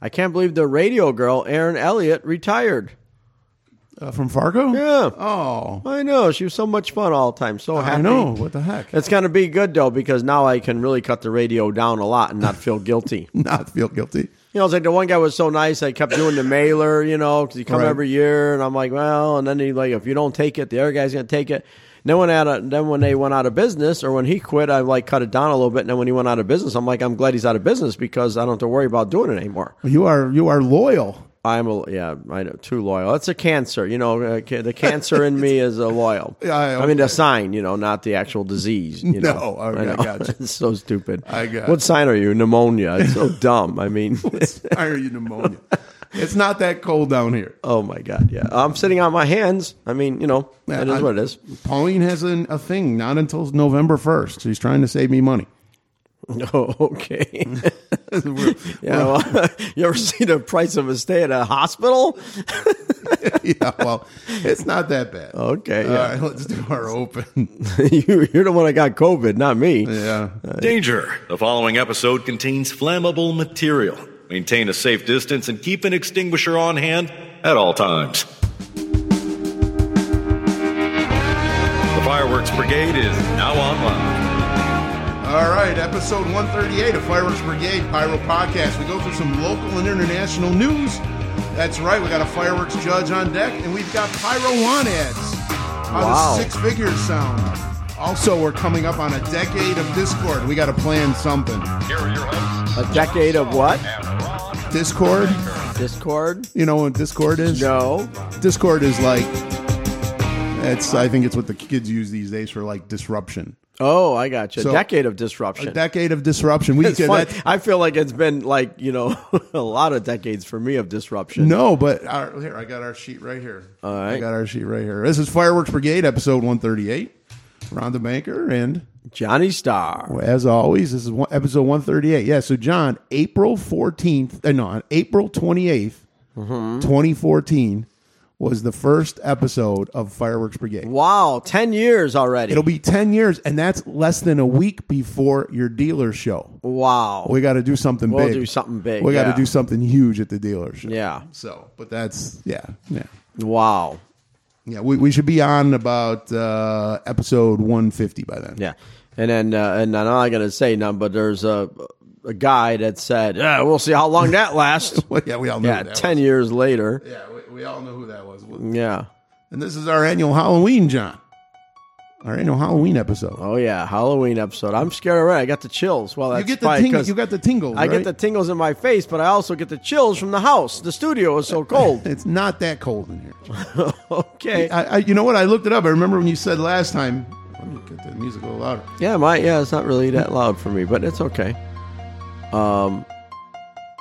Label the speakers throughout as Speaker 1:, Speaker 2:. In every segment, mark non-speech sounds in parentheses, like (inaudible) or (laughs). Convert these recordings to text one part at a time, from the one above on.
Speaker 1: I can't believe the radio girl, Erin Elliott, retired.
Speaker 2: Uh, from Fargo?
Speaker 1: Yeah.
Speaker 2: Oh,
Speaker 1: I know. She was so much fun all the time. So happy.
Speaker 2: I know. What the heck?
Speaker 1: It's going to be good, though, because now I can really cut the radio down a lot and not
Speaker 2: (laughs)
Speaker 1: feel guilty. you
Speaker 2: (laughs) Not feel guilty.
Speaker 1: know, it's like the one guy was so nice. I kept doing the mailer, you know, because he come
Speaker 2: Right.
Speaker 1: every year. And I'm like, well, and then he like, if you don't take it, the other guy's going to take it. And then when, out of, then when they went out of business or when he quit, I like cut it down a little bit. And then when he went out of business, I'm like, I'm glad he's out of business because I don't have to worry about doing it anymore.
Speaker 2: You are you are loyal.
Speaker 1: I'm a yeah, I know too loyal. That's a cancer, you know. uh, ca- The cancer in me is a loyal.
Speaker 2: (laughs) Yeah, I-
Speaker 1: mean the sign, you know, not the actual disease. You
Speaker 2: (laughs) No,
Speaker 1: know?
Speaker 2: okay,
Speaker 1: I know.
Speaker 2: gotcha.
Speaker 1: (laughs) it's so stupid.
Speaker 2: I got
Speaker 1: what
Speaker 2: you.
Speaker 1: sign are you? Pneumonia. It's so (laughs) dumb. I mean,
Speaker 2: Why are you pneumonia? (laughs) it's not that cold down here.
Speaker 1: oh my god, yeah. I'm sitting on my hands. I mean, you know, that is
Speaker 2: I-
Speaker 1: what it is. (laughs)
Speaker 2: Pauline has an, a thing not until November first. She's trying to save me (laughs) money.
Speaker 1: Oh, okay. (laughs)
Speaker 2: We're-
Speaker 1: yeah. Well, (laughs) you ever see the price of a stay at a hospital?
Speaker 2: (laughs) yeah, well, it's not that bad.
Speaker 1: Okay,
Speaker 2: All
Speaker 1: yeah.
Speaker 2: right, let's do our open.
Speaker 1: (laughs) you, you're the one that got COVID, not me.
Speaker 2: yeah,
Speaker 3: Danger! The following episode contains flammable material. Maintain a safe distance and keep an extinguisher on hand at all times. The Fireworks Brigade is now online.
Speaker 2: All right, episode 138 of Fireworks Brigade Pyro Podcast. We go through some local and international news. That's right, we got a fireworks judge on deck, and we've got Pyro One ads. How
Speaker 1: Wow.
Speaker 2: does six figures sound? Also, we're coming up on a decade of Discord. We got to plan something.
Speaker 3: Here are your hosts.
Speaker 1: A decade of what?
Speaker 2: Discord,
Speaker 1: Discord?
Speaker 2: you know what Discord is?
Speaker 1: No.
Speaker 2: Discord is like, it's. I think it's what the kids use these days for like disruption.
Speaker 1: Oh, I got you.
Speaker 2: So-
Speaker 1: a decade of
Speaker 2: A
Speaker 1: disruption.
Speaker 2: decade of disruption. We
Speaker 1: It's
Speaker 2: could-
Speaker 1: fun.
Speaker 2: that's-
Speaker 1: I feel like it's been like you know (laughs) a lot of decades for me of disruption.
Speaker 2: No, but our, here I got our sheet right here. All
Speaker 1: right.
Speaker 2: I got our sheet right here. This is Fireworks Brigade, episode one thirty eight. Rhonda Banker, and
Speaker 1: Johnny Star.
Speaker 2: as always, this is one, episode one thirty eight. Yeah, so John, April fourteenth, uh, no, on April twenty
Speaker 1: Mm-hmm.
Speaker 2: fourteen, was the first episode of Fireworks Brigade.
Speaker 1: Wow, ten years already.
Speaker 2: It'll be ten years, and that's less than a week before your dealer show.
Speaker 1: wow.
Speaker 2: We got to do something
Speaker 1: We'll
Speaker 2: big.
Speaker 1: do something big,
Speaker 2: We got
Speaker 1: yeah.
Speaker 2: to do something huge at the dealer show.
Speaker 1: yeah.
Speaker 2: So, but that's yeah, yeah.
Speaker 1: Wow.
Speaker 2: Yeah, we, we should be on about uh, episode 150 by then.
Speaker 1: Yeah. And then uh, and then I gotta say now, but there's a a guy that said, "Yeah, we'll see how long that
Speaker 2: (laughs)
Speaker 1: lasts."
Speaker 2: Well, yeah, we all know
Speaker 1: yeah,
Speaker 2: who that
Speaker 1: ten
Speaker 2: was.
Speaker 1: years later.
Speaker 2: Yeah, we, we all know who that was.
Speaker 1: Yeah.
Speaker 2: And this is our annual Halloween, John. Our annual Halloween episode.
Speaker 1: Oh yeah, Halloween episode. I'm scared already. I got the chills. Well, that's
Speaker 2: you get the
Speaker 1: probably
Speaker 2: tingles.
Speaker 1: 'cause-
Speaker 2: You got the tingles.
Speaker 1: I get the
Speaker 2: right?
Speaker 1: tingles in my face, but I also get the chills from the house. The studio is so cold.
Speaker 2: It's not that cold in here.
Speaker 1: okay.
Speaker 2: I, I, you know what? I looked it up. I remember when you said last time. Let me get the music a little louder.
Speaker 1: Yeah, my yeah, it's not really that loud for me, but it's okay. Um,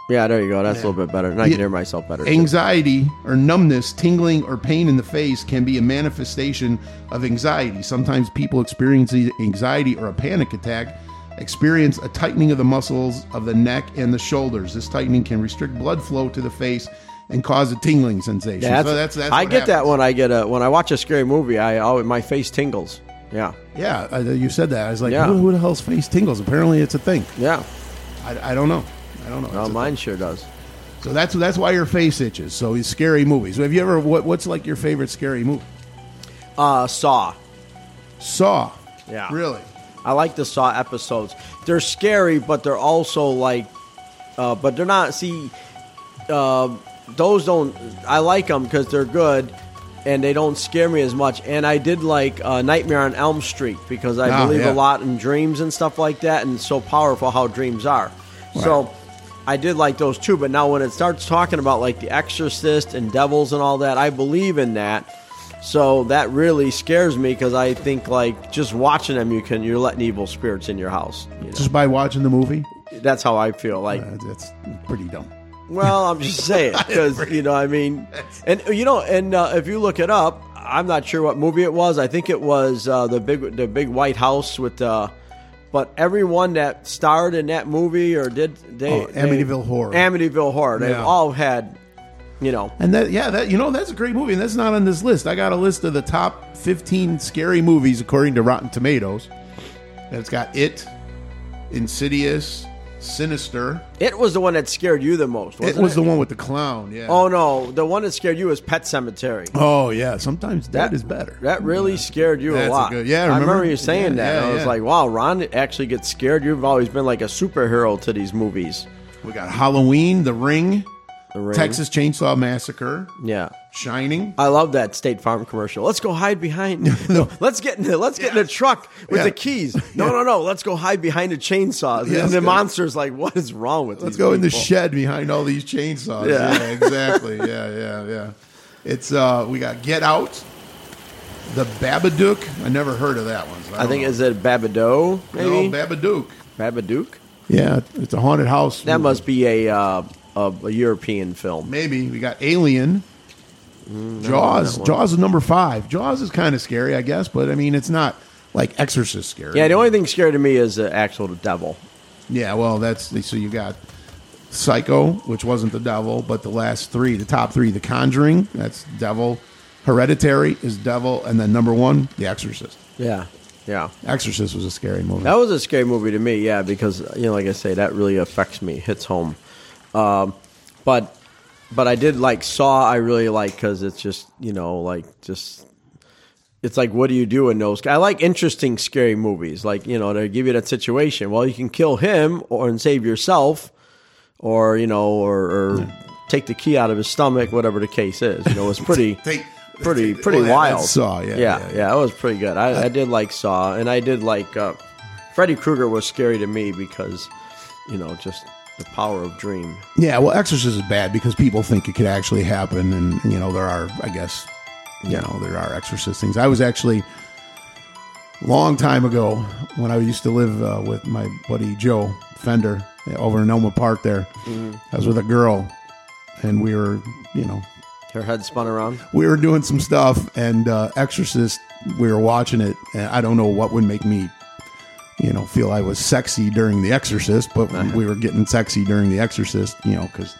Speaker 1: yeah, there you go. That's a little bit better, and I
Speaker 2: Yeah.
Speaker 1: can hear myself better. too.
Speaker 2: Anxiety or numbness, tingling, or pain in the face can be a manifestation of anxiety. Sometimes people experiencing anxiety or a panic attack experience a tightening of the muscles of the neck and the shoulders. This tightening can restrict blood flow to the face and cause a tingling sensation.
Speaker 1: Yeah, that's,
Speaker 2: so that's, that's
Speaker 1: I
Speaker 2: what
Speaker 1: get that
Speaker 2: happens.
Speaker 1: when I get a when I watch a scary movie. I always my face tingles. Yeah,
Speaker 2: Yeah, I, you said that. I was like,
Speaker 1: Yeah.
Speaker 2: who, who the hell's face tingles? Apparently, it's a thing.
Speaker 1: yeah.
Speaker 2: I, I don't know. I don't know. It's
Speaker 1: Well,
Speaker 2: a
Speaker 1: mine sure does.
Speaker 2: thing. so that's that's why your face itches. So it's scary movies. Have you ever? What, what's like your favorite scary movie?
Speaker 1: Uh, Saw.
Speaker 2: Saw.
Speaker 1: Yeah.
Speaker 2: Really?
Speaker 1: I like the Saw episodes. They're scary, but they're also like, uh, but they're not. See, uh, those don't. I like them because they're good, and they don't scare me as much. And I did like uh, Nightmare on Elm Street because I
Speaker 2: Ah,
Speaker 1: believe a
Speaker 2: yeah.
Speaker 1: lot in dreams and stuff like that, and it's so powerful how dreams are. So. I did like those too, but now when it starts talking about like The Exorcist and devils and all that, I believe in that. So that really scares me because I think like just watching them, you can you're letting evil spirits in your house. you know?
Speaker 2: Just by watching the movie?
Speaker 1: That's how I feel. Like,
Speaker 2: Uh, That's pretty dumb.
Speaker 1: well, I'm just
Speaker 2: (laughs)
Speaker 1: saying because you know, I mean, and you know, and uh, if you look it up, I'm not sure what movie it was. I think it was uh, the big the big White House with. Uh, but everyone that starred in that movie or did they
Speaker 2: Oh, Amityville
Speaker 1: they-
Speaker 2: Horror.
Speaker 1: Amityville Horror, they've
Speaker 2: Yeah.
Speaker 1: all had, you know,
Speaker 2: And that, yeah, that you know, that's a great movie, and that's not on this list. I got a list of the top 15 scary movies according to Rotten Tomatoes. And it's got It, Insidious, Sinister.
Speaker 1: It was the one that scared you the most.
Speaker 2: It
Speaker 1: Wasn't it
Speaker 2: was the one with the clown. Yeah.
Speaker 1: Oh no, the one that scared you was Pet Cemetery.
Speaker 2: Oh, yeah. Sometimes that is better.
Speaker 1: That really scared you
Speaker 2: That's
Speaker 1: a
Speaker 2: a
Speaker 1: lot.
Speaker 2: good- yeah, I
Speaker 1: I remember,
Speaker 2: remember.
Speaker 1: you saying
Speaker 2: Yeah,
Speaker 1: that.
Speaker 2: yeah,
Speaker 1: and I was
Speaker 2: yeah.
Speaker 1: like, wow, Ron actually gets scared. You've always been like a superhero to these movies.
Speaker 2: We got Halloween, The Ring,
Speaker 1: The Ring.
Speaker 2: Texas Chainsaw Massacre,
Speaker 1: Yeah.
Speaker 2: Shining.
Speaker 1: I love that State Farm commercial. Let's go hide behind.
Speaker 2: (laughs) No.
Speaker 1: Let's get in the, let's get in the truck with
Speaker 2: Yeah.
Speaker 1: the
Speaker 2: (laughs)
Speaker 1: keys. No, no, no. Let's go hide behind the chainsaws. and
Speaker 2: Yeah, let's
Speaker 1: the
Speaker 2: go.
Speaker 1: monster's like, what is wrong with
Speaker 2: Let's
Speaker 1: these
Speaker 2: go in the
Speaker 1: people?
Speaker 2: shed behind all these chainsaws.
Speaker 1: Yeah.
Speaker 2: Yeah, exactly. yeah, yeah, yeah. It's uh, we got Get Out, The Babadook. I never heard of that one. so
Speaker 1: I
Speaker 2: don't
Speaker 1: think
Speaker 2: know.
Speaker 1: is it Babadoe? Maybe
Speaker 2: no Babadook.
Speaker 1: Babadook.
Speaker 2: Yeah, it's a haunted house.
Speaker 1: That must be a uh, a, a European film.
Speaker 2: maybe we got Alien,
Speaker 1: Mm,
Speaker 2: Jaws. Jaws is number five. Jaws is kind of scary, I guess, but I mean, it's not like Exorcist scary.
Speaker 1: Yeah, the only thing scary to me is the actual devil.
Speaker 2: Yeah, well, that's so you got Psycho, which wasn't the devil, but the last three, the top three, The Conjuring, that's devil. Hereditary is devil, and then number one, The Exorcist.
Speaker 1: Yeah, yeah.
Speaker 2: Exorcist was a scary movie.
Speaker 1: That was a scary movie to me, yeah, because you know, like I say, that really affects me, hits home. Um, but but I did like Saw. I really like because it's just you know like just it's like what do you do in those? I like interesting scary movies, like you know they give you that situation. Well, you can kill him or and save yourself, or you know or. or Take the key out of his stomach, whatever the case is. You know, it's pretty,
Speaker 2: Take-
Speaker 1: pretty,
Speaker 2: take-
Speaker 1: pretty
Speaker 2: well, that-
Speaker 1: wild.
Speaker 2: that's Saw, yeah,
Speaker 1: yeah,
Speaker 2: yeah,
Speaker 1: yeah. That was pretty good. I, I did like Saw, and I did like uh, Freddy Krueger was scary to me because, you know, just the power of dream.
Speaker 2: yeah, well, Exorcist is bad because people think it could actually happen, and you know there are, I guess, you
Speaker 1: Yeah.
Speaker 2: know there are Exorcist things. I was actually long time ago when I used to live uh, with my buddy Joe Fender over in Elma Park. There, I was with a girl, and we were, you know,
Speaker 1: Her head spun around.
Speaker 2: we were doing some stuff and uh, exorcist we were watching it and i don't know what would make me you know feel i was sexy during the exorcist but
Speaker 1: Uh-huh.
Speaker 2: we were getting sexy during the exorcist you know because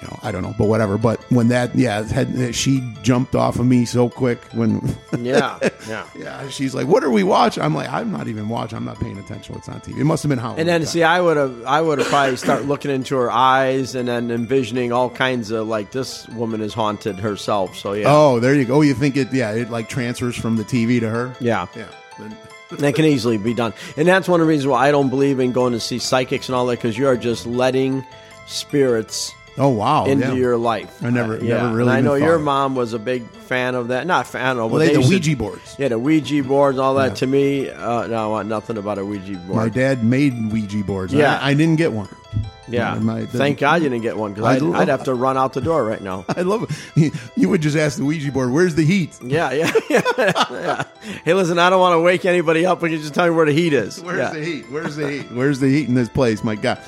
Speaker 2: you know i don't know but whatever but when that yeah had, she jumped off of me so quick when
Speaker 1: (laughs)
Speaker 2: (laughs)
Speaker 1: Yeah, yeah.
Speaker 2: yeah she's like what are we watching i'm like i'm not even watching i'm not paying attention what's on tv it must have been how
Speaker 1: And then see, I would have, I would have probably start looking into her eyes and then envisioning all kinds of like this woman is haunted herself. So yeah,
Speaker 2: oh there you go oh you think it yeah it like transfers from the tv to her
Speaker 1: yeah.
Speaker 2: yeah
Speaker 1: That can easily be done. And that's one of the reasons why I don't believe in going to see psychics and all that because you are just letting spirits
Speaker 2: oh wow
Speaker 1: into
Speaker 2: yeah.
Speaker 1: your life. Uh,
Speaker 2: I never-
Speaker 1: yeah.
Speaker 2: never really
Speaker 1: And I
Speaker 2: even
Speaker 1: know your
Speaker 2: thought.
Speaker 1: mom was a big fan of that. Not fan of. but
Speaker 2: well they had the
Speaker 1: used to-
Speaker 2: ouija boards
Speaker 1: Yeah, the Ouija boards, all that. To me, uh, no, I want nothing about a Ouija
Speaker 2: My
Speaker 1: board.
Speaker 2: dad made Ouija boards.
Speaker 1: Yeah.
Speaker 2: I, I didn't get one.
Speaker 1: yeah,
Speaker 2: my- the-
Speaker 1: thank God you didn't get one because
Speaker 2: I
Speaker 1: I'd,
Speaker 2: love-
Speaker 1: I'd have to run out the door right now. (laughs)
Speaker 2: I love it. (laughs) You would just ask the Ouija board, "Where's the heat? (laughs)
Speaker 1: Yeah, yeah, (laughs) yeah. Hey, listen, I don't want to wake anybody up. but you just tell me where the heat is.
Speaker 2: Where's
Speaker 1: yeah.
Speaker 2: the heat? Where's the heat? Where's the heat in this place?" My God,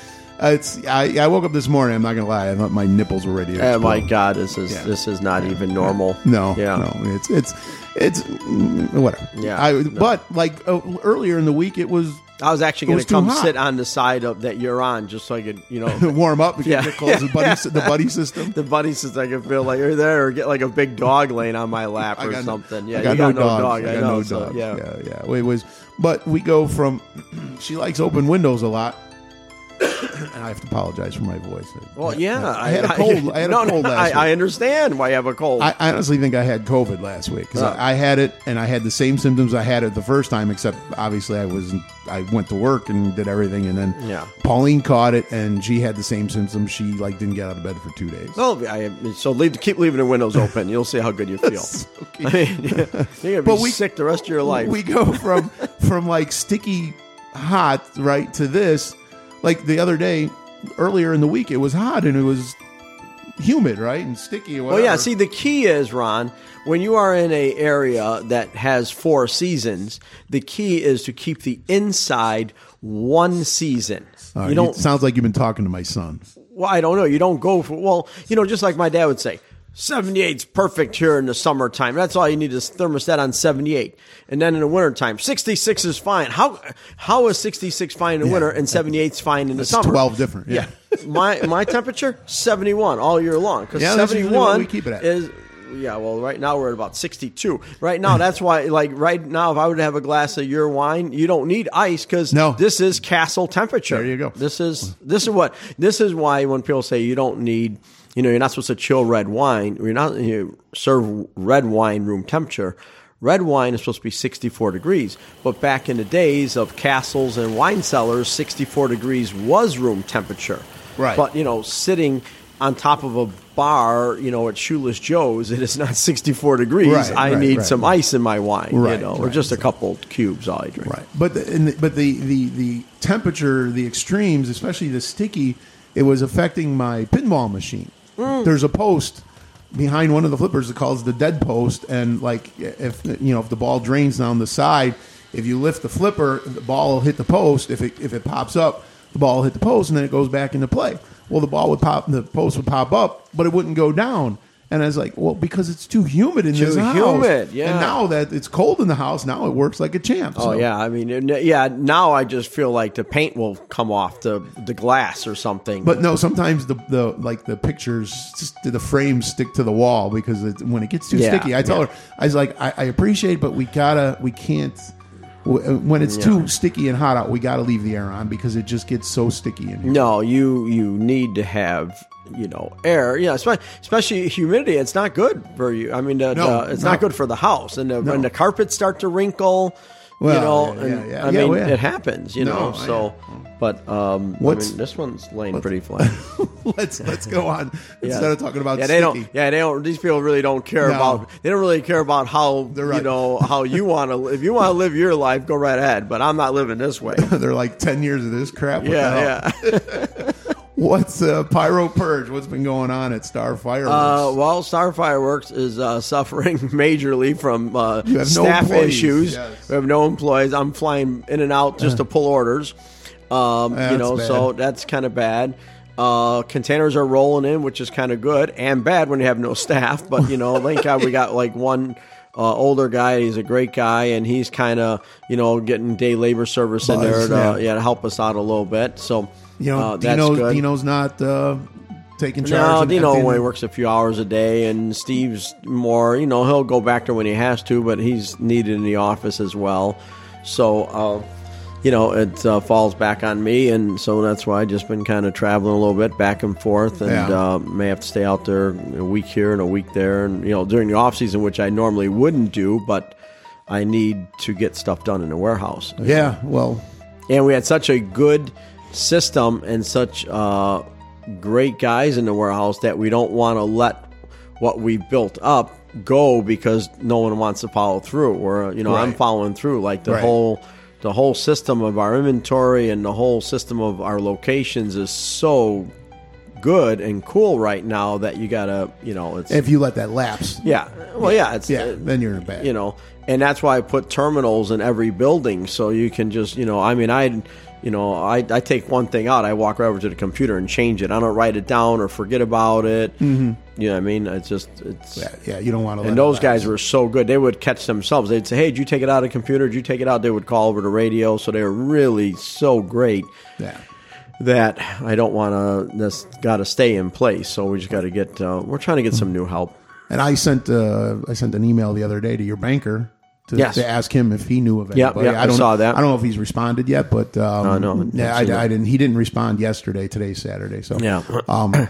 Speaker 2: uh, it's. I, I woke up this morning. I'm not gonna lie. I thought my nipples were ready. To
Speaker 1: Oh my
Speaker 2: explode.
Speaker 1: God, this is
Speaker 2: Yeah.
Speaker 1: this is not even normal.
Speaker 2: No,
Speaker 1: yeah,
Speaker 2: no, it's it's it's mm, whatever.
Speaker 1: Yeah,
Speaker 2: I,
Speaker 1: no.
Speaker 2: But like uh, earlier in the week, it was
Speaker 1: I was actually
Speaker 2: It
Speaker 1: going
Speaker 2: was
Speaker 1: to
Speaker 2: too
Speaker 1: come
Speaker 2: hot.
Speaker 1: sit on the side of that you're on, just so I could, you know,
Speaker 2: to warm up. We
Speaker 1: (laughs)
Speaker 2: could
Speaker 1: Yeah.
Speaker 2: get close to the buddy, the buddy system.
Speaker 1: the buddy says I can feel like you're there, or get like a big dog laying on my lap
Speaker 2: I
Speaker 1: or
Speaker 2: got no-
Speaker 1: something. Yeah,
Speaker 2: I got
Speaker 1: you got
Speaker 2: no,
Speaker 1: no,
Speaker 2: dogs.
Speaker 1: dog.
Speaker 2: I got
Speaker 1: know,
Speaker 2: no
Speaker 1: so,
Speaker 2: dogs.
Speaker 1: yeah.
Speaker 2: yeah, yeah. It was, but we go from. (clears throat) she likes open windows a lot, (clears throat) and I have to apologize for my voice.
Speaker 1: Well, yeah.
Speaker 2: I
Speaker 1: (laughs)
Speaker 2: had a cold. I had
Speaker 1: no,
Speaker 2: a cold
Speaker 1: no,
Speaker 2: last
Speaker 1: I, I
Speaker 2: week.
Speaker 1: understand why you have a cold.
Speaker 2: I, I honestly think I had COVID last week because
Speaker 1: Oh.
Speaker 2: I, I had it, and I had the same symptoms I had it the first time, except obviously I was I went to work and did everything, and then
Speaker 1: Yeah.
Speaker 2: Pauline caught it, and she had the same symptoms. She like didn't get out of bed for two days.
Speaker 1: no, I so leave. Keep leaving the windows open. You'll see how good
Speaker 2: (laughs)
Speaker 1: you feel. (laughs) I mean, you're gonna be
Speaker 2: But we-
Speaker 1: sick the rest of your life.
Speaker 2: We go from from like sticky hot right to this. Like the other day, earlier in the week, it was hot and it was humid, right, and sticky. Or
Speaker 1: well,
Speaker 2: whatever.
Speaker 1: Oh, yeah. See, the key is Ron. When you are in a area that has four seasons, the key is to keep the inside one season.
Speaker 2: All right,
Speaker 1: you don't
Speaker 2: It Uh, sounds like you've been talking to my son.
Speaker 1: well, I don't know. You don't go for well, you know, just like my dad would say, 78's perfect here in the summertime. That's all you need is thermostat on 78. And then in the wintertime, 66 is fine. How how is 66 fine in the winter and 78's fine in the summer?
Speaker 2: Twelve different. Yeah.
Speaker 1: my my temperature 71 all year long cuz
Speaker 2: Yeah, that's usually what
Speaker 1: 71
Speaker 2: we keep it at.
Speaker 1: is yeah, well, right now we're at about 62. Right now, that's why, like, right now, if I would have a glass of your wine, you don't need ice because
Speaker 2: No.
Speaker 1: this is castle temperature.
Speaker 2: There you go.
Speaker 1: This is this is what this is why when people say you don't need, you know, you're not supposed to chill red wine. You're not you serve red wine room temperature. Red wine is supposed to be 64 degrees, but back in the days of castles and wine cellars, 64 degrees was room temperature.
Speaker 2: Right.
Speaker 1: But you know, sitting on top of a bar, you know, at Shoeless Joe's, it is not 64 degrees.
Speaker 2: Right,
Speaker 1: I
Speaker 2: right,
Speaker 1: need
Speaker 2: right.
Speaker 1: some ice in my wine, you
Speaker 2: Right,
Speaker 1: know, or
Speaker 2: right.
Speaker 1: just a couple cubes all I drink.
Speaker 2: Right. But the, and the, but the, the the temperature, the extremes, especially the sticky, it was affecting my pinball machine.
Speaker 1: Mm.
Speaker 2: There's a post behind one of the flippers that calls the dead post, and like if you know if the ball drains down the side, if you lift the flipper, the ball will hit the post. If it if it pops up, the ball will hit the post, and then it goes back into play. Well, the ball would pop, the post would pop up, but it wouldn't go down. And I was like, well, because it's too humid in this house.
Speaker 1: humid, yeah.
Speaker 2: And now that it's cold in the house, now it works like a champ.
Speaker 1: Oh
Speaker 2: So-
Speaker 1: yeah, I mean, n- yeah. Now I just feel like the paint will come off the the glass or something.
Speaker 2: But no, sometimes the, the like the pictures, just the frames stick to the wall because it, when it gets too
Speaker 1: Yeah,
Speaker 2: sticky, I tell her, I was like, I, I appreciate, but we gotta, we can't. w- uh, When it's too sticky and hot out, we gotta leave the air on because it just gets so sticky in here. (laughs)
Speaker 1: no, you you need to have you know air. Yeah, espe- especially humidity. It's not good for you. I mean, the,
Speaker 2: No,
Speaker 1: the, it's
Speaker 2: no.
Speaker 1: not good for the house. And the, when the carpets start to wrinkle, you
Speaker 2: Well,
Speaker 1: know,
Speaker 2: yeah, yeah,
Speaker 1: and,
Speaker 2: yeah.
Speaker 1: I
Speaker 2: Yeah,
Speaker 1: mean,
Speaker 2: well, yeah.
Speaker 1: it happens. You
Speaker 2: No,
Speaker 1: know, so. But um, I
Speaker 2: What's-
Speaker 1: mean, this one's laying pretty flat.
Speaker 2: let's let's go on
Speaker 1: (laughs) Yeah.
Speaker 2: instead of talking about
Speaker 1: yeah,
Speaker 2: sticky.
Speaker 1: they
Speaker 2: (laughs)
Speaker 1: don't. Yeah, they don't. These people really don't care
Speaker 2: No.
Speaker 1: about. They don't really care about how
Speaker 2: They're right.
Speaker 1: you know how you want to. If you want to live your life, go right ahead. But I'm not living this
Speaker 2: (laughs)
Speaker 1: way.
Speaker 2: They're like ten years of this crap. What the hell?
Speaker 1: yeah, yeah.
Speaker 2: What's uh, pyro purge? What's been going on at Star Fireworks?
Speaker 1: Uh, well, Star Fireworks is uh, (laughs) suffering majorly from uh,
Speaker 2: have no
Speaker 1: staff
Speaker 2: employees,
Speaker 1: issues.
Speaker 2: yes.
Speaker 1: We have no employees. I'm flying in and out just to pull orders. Um,
Speaker 2: That's
Speaker 1: you know, so
Speaker 2: bad.
Speaker 1: that's kind of bad. Uh, containers are rolling in, which is kind of good and bad when you have no (laughs) staff. But you know, thank God we got like one uh, older guy. He's a great guy, and he's kind of you know getting day labor service in
Speaker 2: Buzz,
Speaker 1: there to,
Speaker 2: yeah.
Speaker 1: yeah, to help us out a little bit. So
Speaker 2: you know,
Speaker 1: uh, that's
Speaker 2: Dino,
Speaker 1: good.
Speaker 2: Dino's not uh, taking charge.
Speaker 1: No,
Speaker 2: and
Speaker 1: Dino
Speaker 2: emptying
Speaker 1: only
Speaker 2: the-
Speaker 1: works a few hours a day, and Steve's more. You know, he'll go back there when he has to, but he's needed in the office as well. So, uh, you know, it uh, falls back on me, and so that's why I just been kind of traveling a little bit back and forth, and
Speaker 2: Yeah.
Speaker 1: uh, may have to stay out there a week here and a week there, and you know, during the off season, which I normally wouldn't do, but I need to get stuff done in the warehouse
Speaker 2: Yeah, well,
Speaker 1: and we had such a good system and such uh, great guys in the warehouse that we don't want to let what we built up go because no one wants to follow through or you know i'm
Speaker 2: Right.
Speaker 1: following through like the
Speaker 2: Right.
Speaker 1: whole the whole system of our inventory and the whole system of our locations is so good and cool right now that you gotta you know it's
Speaker 2: if you let that lapse,
Speaker 1: yeah well yeah it's
Speaker 2: Yeah, then you're in bad.
Speaker 1: Uh, you know and that's why i put terminals in every building so you can just you know i mean i you know i, I take one thing out i walk right over to the computer and change it i don't write it down or forget about it mm-hmm. you know what i mean it's just it's
Speaker 2: yeah, yeah, you don't want to.
Speaker 1: and those guys were so good they would catch themselves they'd say hey did you take it out of the computer did you take it out they would call over the radio so they were really so great
Speaker 2: Yeah,
Speaker 1: that i don't want to that's got to stay in place so we just got to get uh, we're trying to get some new help
Speaker 2: and I sent uh, I sent an email the other day to your banker to,
Speaker 1: Yes.
Speaker 2: to ask him if he knew of
Speaker 1: Yep,
Speaker 2: anybody.
Speaker 1: yep,
Speaker 2: I don't
Speaker 1: I saw that.
Speaker 2: I don't know if he's responded yet, but um,
Speaker 1: I know, I've
Speaker 2: yeah, I,
Speaker 1: seen it.
Speaker 2: I didn't. He didn't respond yesterday. Today's Saturday, so
Speaker 1: yeah (clears throat)
Speaker 2: Um,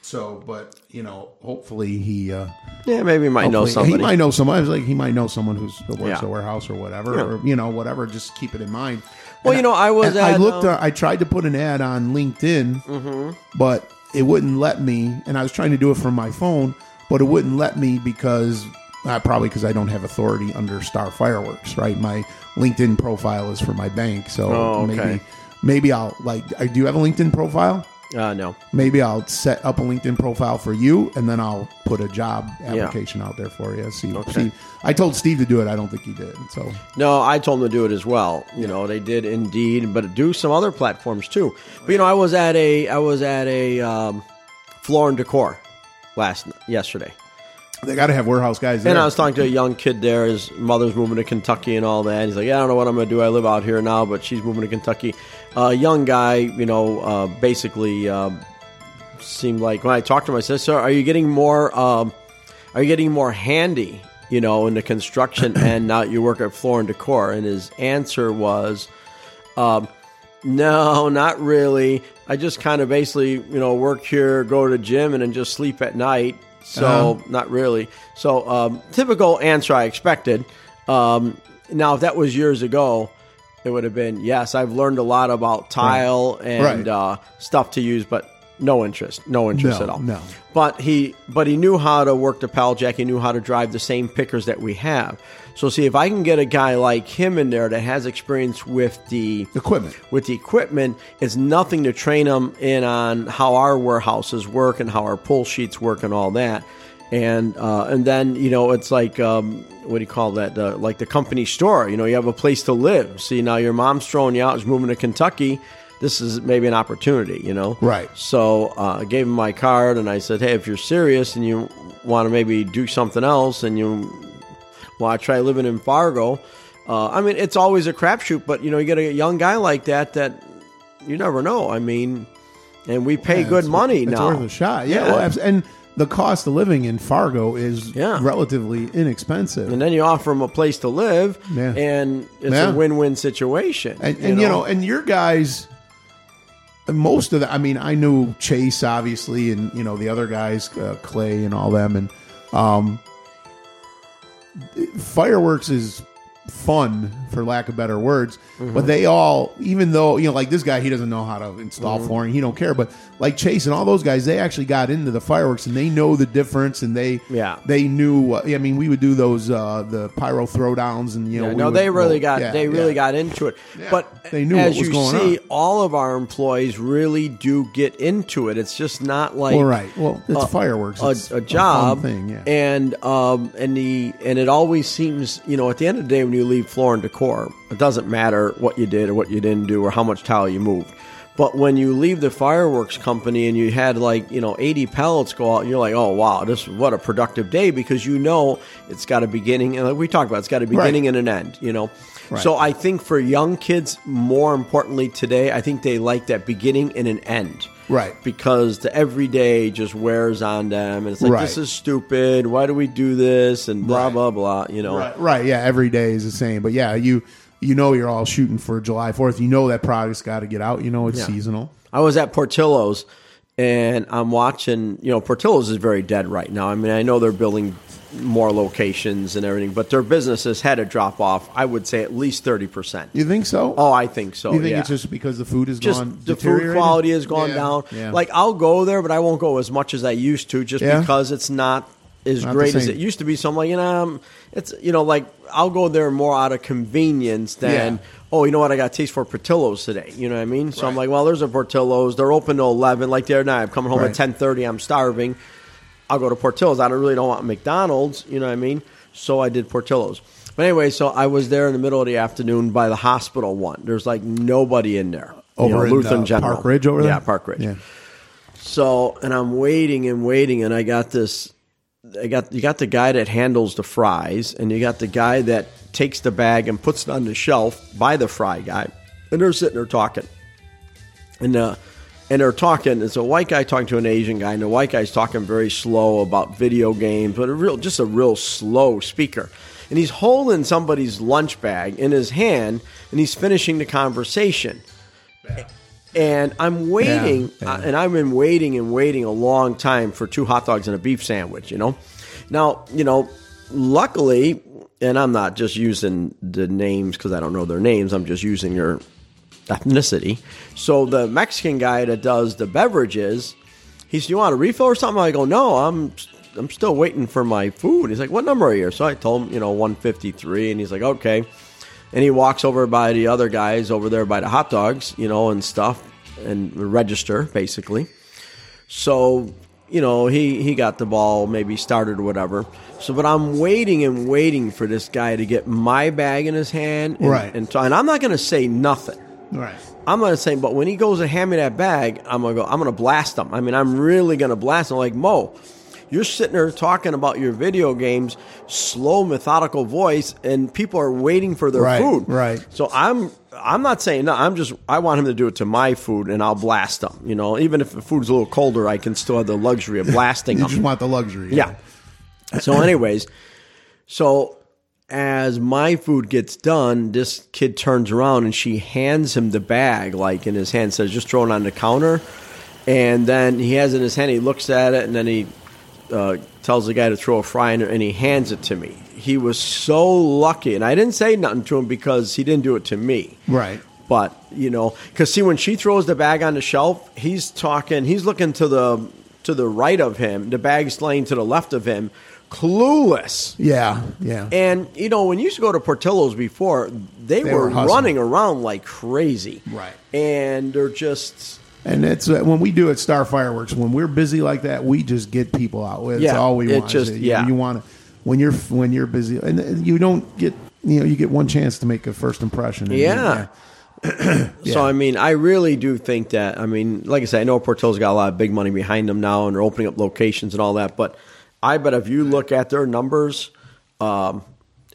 Speaker 2: so, but you know, hopefully he. Uh,
Speaker 1: yeah maybe you might know
Speaker 2: Hopefully-
Speaker 1: somebody
Speaker 2: He might know someone. I was like, he might know someone who's who works
Speaker 1: Yeah.
Speaker 2: at a warehouse or whatever,
Speaker 1: Yeah.
Speaker 2: or you know, whatever. Just keep it in mind.
Speaker 1: Well,
Speaker 2: And
Speaker 1: you know, I was
Speaker 2: and I
Speaker 1: at,
Speaker 2: looked.
Speaker 1: um, Mm-hmm.
Speaker 2: uh, I tried to put an ad on LinkedIn, but it wouldn't let me. And I was trying to do it from my phone, but it wouldn't let me because. Uh, probably because I don't have authority under Star Fireworks, right? My LinkedIn profile is for my bank, so
Speaker 1: Oh, okay.
Speaker 2: maybe maybe I'll like. I do you have a LinkedIn profile?
Speaker 1: uh, no
Speaker 2: maybe I'll set up a LinkedIn profile for you, and then I'll put a job application out there for you. See, see, I told Steve to do it. I don't think he did. So
Speaker 1: No, I told them to do it as well. You know, they did indeed, but do some other platforms too. But you know, I was at a I was at a um, floor and decor last yesterday,
Speaker 2: they got to have warehouse guys. There.
Speaker 1: and I was talking to a young kid there. His mother's moving to Kentucky and all that. he's like, yeah, I don't know what I'm going to do. I live out here now, but she's moving to Kentucky. A young guy, you know, uh, basically um, seemed like when I talked to him, I said, "Sir, are you getting more?" Um, Are you getting more handy, you know, in the construction end now that you work at Floor and Decor? And his answer was, um, no, not really. I just kind of basically, you know, work here, go to gym, and then just sleep at night.
Speaker 2: Uh-huh.
Speaker 1: So not really. So um, typical answer I expected. Um, now, if that was years ago, it would have been yes. I've learned a lot about tile and
Speaker 2: Right.
Speaker 1: Uh, stuff to use, but no interest, no interest
Speaker 2: No,
Speaker 1: at all.
Speaker 2: no.
Speaker 1: But he, but he knew how to work the pallet jack. He knew how to drive the same pickers that we have. So see if I can get a guy like him in there that has experience with the
Speaker 2: Equipment.
Speaker 1: with the equipment it's nothing to train them in on how our warehouses work and how our pull sheets work and all that. And uh, and then you know it's like um, what do you call that? Uh, like the company store. You know you have a place to live. See now your mom's throwing you out. She's moving to Kentucky. This is maybe an opportunity. You know.
Speaker 2: Right.
Speaker 1: So uh, I gave him my card and I said, hey, if you're serious and you want to maybe do something else and you well, I try living in Fargo. Uh, I mean, it's always a crapshoot, but you know, you get a young guy like that that you never know. I mean, and we pay
Speaker 2: Yeah,
Speaker 1: good
Speaker 2: it's-
Speaker 1: money
Speaker 2: it's
Speaker 1: now.
Speaker 2: worth a shot. Yeah,
Speaker 1: Yeah.
Speaker 2: well, abs- and the cost of living in Fargo is
Speaker 1: Yeah.
Speaker 2: relatively inexpensive.
Speaker 1: And then you offer them a place to live,
Speaker 2: Yeah.
Speaker 1: and it's
Speaker 2: Yeah.
Speaker 1: a win-win situation.
Speaker 2: And, and you, know? and your guys, most of the, I mean, I knew Chase obviously, and you know the other guys, uh, Clay and all them, and um, fireworks is fun for lack of better words
Speaker 1: Mm-hmm.
Speaker 2: but they all even though you know like this guy he doesn't know how to install
Speaker 1: Mm-hmm.
Speaker 2: flooring he don't care but like chase and all those guys they actually got into the fireworks and they know the difference and they
Speaker 1: Yeah.
Speaker 2: they knew uh, i mean we would do those uh the pyro throwdowns and you know
Speaker 1: Yeah,
Speaker 2: we
Speaker 1: no,
Speaker 2: would
Speaker 1: they really
Speaker 2: roll-
Speaker 1: got
Speaker 2: yeah,
Speaker 1: they really
Speaker 2: yeah.
Speaker 1: got into it.
Speaker 2: Yeah,
Speaker 1: But
Speaker 2: they knew what
Speaker 1: as
Speaker 2: was
Speaker 1: you
Speaker 2: going
Speaker 1: see,
Speaker 2: on.
Speaker 1: all of our employees really do get into it. It's just not like
Speaker 2: Well, right. Well, it's
Speaker 1: a-
Speaker 2: fireworks.
Speaker 1: Uh, a,
Speaker 2: It's
Speaker 1: a
Speaker 2: a fun
Speaker 1: job
Speaker 2: thing, yeah.
Speaker 1: and um and the and it always seems you know at the end of the day when you leave floor and decor it doesn't matter what you did or what you didn't do or how much tile you moved but when you leave the fireworks company and you had like you know 80 pallets go out you're like oh wow this what a productive day because you know it's got a beginning and like we talked about it's got a beginning and an end you know
Speaker 2: Right.
Speaker 1: so i think for young kids more importantly today i think they like that beginning and an end
Speaker 2: Right.
Speaker 1: because the everyday just wears on them and it's like
Speaker 2: Right.
Speaker 1: this is stupid why do we do this and blah
Speaker 2: Right.
Speaker 1: blah blah you know
Speaker 2: Right, right. Yeah, every day is the same. But yeah, you you know you're all shooting for July 4th. You know that product's got to get out. You know it's
Speaker 1: Yeah.
Speaker 2: seasonal.
Speaker 1: i was at portillo's and i'm watching you know portillo's is very dead right now i mean i know they're building more locations and everything but their business has had a drop off i would say at least 30%
Speaker 2: You think so?
Speaker 1: oh i think so
Speaker 2: you think
Speaker 1: yeah.
Speaker 2: it's just because the food is
Speaker 1: just
Speaker 2: gone?
Speaker 1: the food quality has gone down. Like I'll go there, but I won't go as much as I used to, just
Speaker 2: Yeah.
Speaker 1: because it's not as
Speaker 2: Not the
Speaker 1: great as
Speaker 2: same.
Speaker 1: it used to be. So I'm like, you know, um, it's you know, like I'll go there more out of convenience than
Speaker 2: Yeah.
Speaker 1: oh, you know what, I got taste for Portillo's today. You know what I mean? So I'm like, well, there's a Portillo's. They're open to eleven. Like the other night, I'm coming home
Speaker 2: Right.
Speaker 1: at ten thirty. I'm starving. I'll go to Portillo's. I don't really don't want McDonald's. You know what I mean? So I did Portillo's. But anyway, so I was there in the middle of the afternoon by the hospital one. There's like nobody in there. You
Speaker 2: over
Speaker 1: know,
Speaker 2: in,
Speaker 1: Lutheran
Speaker 2: uh,
Speaker 1: General.
Speaker 2: Park Ridge over there.
Speaker 1: Yeah, Park Ridge.
Speaker 2: Yeah.
Speaker 1: So, and I'm waiting and waiting, and I got this. I got you got the guy that handles the fries, and you got the guy that takes the bag and puts it on the shelf by the fry guy, and they're sitting there talking, and uh, and they're talking. It's a white guy talking to an Asian guy, and the white guy's talking very slow about video games, but a real just a real slow speaker. And he's holding somebody's lunch bag in his hand, and he's finishing the conversation and I'm waiting,
Speaker 2: Yeah, yeah.
Speaker 1: uh, and I've been waiting and waiting a long time for two hot dogs and a beef sandwich. You know, now you know. Luckily, and I'm not just using the names because I don't know their names. I'm just using their ethnicity. So the Mexican guy that does the beverages, he's you want a refill or something? I go, no, I'm I'm still waiting for my food. He's like, what number are you? So I told him, you know, 153, and he's like, okay. And he walks over by the other guys over there by the hot dogs, you know, and stuff, and register basically. So, you know, he he got the ball, maybe started or whatever. So, but I'm waiting and waiting for this guy to get my bag in his hand, and,
Speaker 2: Right.
Speaker 1: And, and I'm not going to say nothing.
Speaker 2: Right.
Speaker 1: I'm not saying, but when he goes and hand me that bag, I'm gonna go. I'm gonna blast him. I mean, I'm really gonna blast him. Like Mo, you're sitting there talking about your video games, slow, methodical voice, and people are waiting for their
Speaker 2: Right,
Speaker 1: food.
Speaker 2: right.
Speaker 1: So I'm, I'm not saying no. I'm just, I want him to do it to my food, and I'll blast him. You know, even if the food's a little colder, I can still have the luxury of blasting
Speaker 2: You
Speaker 1: him.
Speaker 2: just want the luxury.
Speaker 1: Yeah. So, anyways, so as my food gets done, this kid turns around and she hands him the bag, like in his hand, says, just throw it on the counter. And then he has it in his hand, he looks at it, and then he uh, tells the guy to throw a fry in there, and he hands it to me. He was so lucky, and I didn't say nothing to him because he didn't do it to me.
Speaker 2: Right.
Speaker 1: But you know, because see, when she throws the bag on the shelf, he's talking. He's looking to the to the right of him. The bag's laying to the left of him, clueless.
Speaker 2: Yeah. Yeah.
Speaker 1: And you know, when you used to go to Portillo's before, they,
Speaker 2: They
Speaker 1: were,
Speaker 2: were hustling.
Speaker 1: running around like crazy.
Speaker 2: Right.
Speaker 1: And they're just
Speaker 2: And that's uh, when we do at Star Fireworks. When we're busy like that, we just get people out. That's
Speaker 1: Yeah,
Speaker 2: all we
Speaker 1: it
Speaker 2: want.
Speaker 1: just-
Speaker 2: you,
Speaker 1: yeah.
Speaker 2: you want to when you're when you're busy, and uh, you don't get you know you get one chance to make a first impression. And,
Speaker 1: Yeah.
Speaker 2: Yeah. (clears throat)
Speaker 1: So I mean, I really do think that. I mean, like I said, I know Portillo's got a lot of big money behind them now, and they're opening up locations and all that. But I bet if you look at their numbers, um,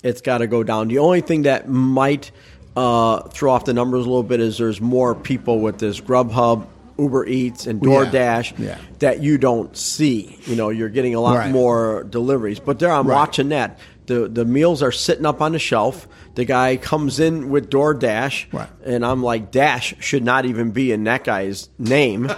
Speaker 1: it's got to go down. The only thing that might uh, throw off the numbers a little bit is there's more people with this Grubhub, Uber Eats, and
Speaker 2: Yeah.
Speaker 1: DoorDash
Speaker 2: Yeah.
Speaker 1: that you don't see. You know, you're getting a lot
Speaker 2: Right.
Speaker 1: more deliveries. But there, I'm
Speaker 2: Right.
Speaker 1: watching that. The, the meals are sitting up on the shelf. The guy comes in with DoorDash,
Speaker 2: Right.
Speaker 1: and I'm like, Dash should not even be in that guy's
Speaker 2: (laughs)
Speaker 1: name.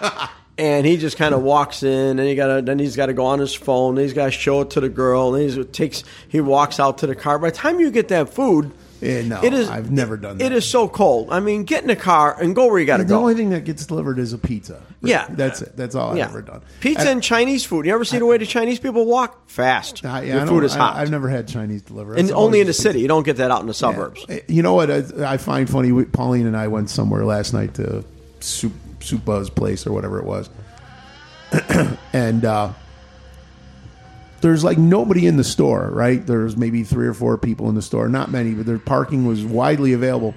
Speaker 1: and he just kind of walks in, and he got to then he's got to go on his phone. And he's got to show it to the girl, and he takes he walks out to the car. By the time you get that food,
Speaker 2: Yeah, no, I've never done that.
Speaker 1: It is so cold. I mean, get in the car and go where you got to
Speaker 2: The
Speaker 1: go.
Speaker 2: only thing that gets delivered is a pizza.
Speaker 1: Yeah.
Speaker 2: That's it. That's all I've
Speaker 1: yeah,
Speaker 2: ever done.
Speaker 1: pizza
Speaker 2: I-
Speaker 1: and Chinese food. You ever see the way the Chinese people walk? Fast.
Speaker 2: I- I
Speaker 1: Your
Speaker 2: don't-
Speaker 1: food is hot.
Speaker 2: I, have never had Chinese delivered.
Speaker 1: and
Speaker 2: It's
Speaker 1: only
Speaker 2: always
Speaker 1: in the
Speaker 2: just
Speaker 1: city. You don't get that out in the suburbs.
Speaker 2: Uh, You know what I, I find funny? We, Pauline and I went somewhere last night to Soup, Soup Buzz place or whatever it was, (clears throat) and uh, there's like nobody in the store. Right? There's maybe three or four people in the store. Not many, but their parking was widely available.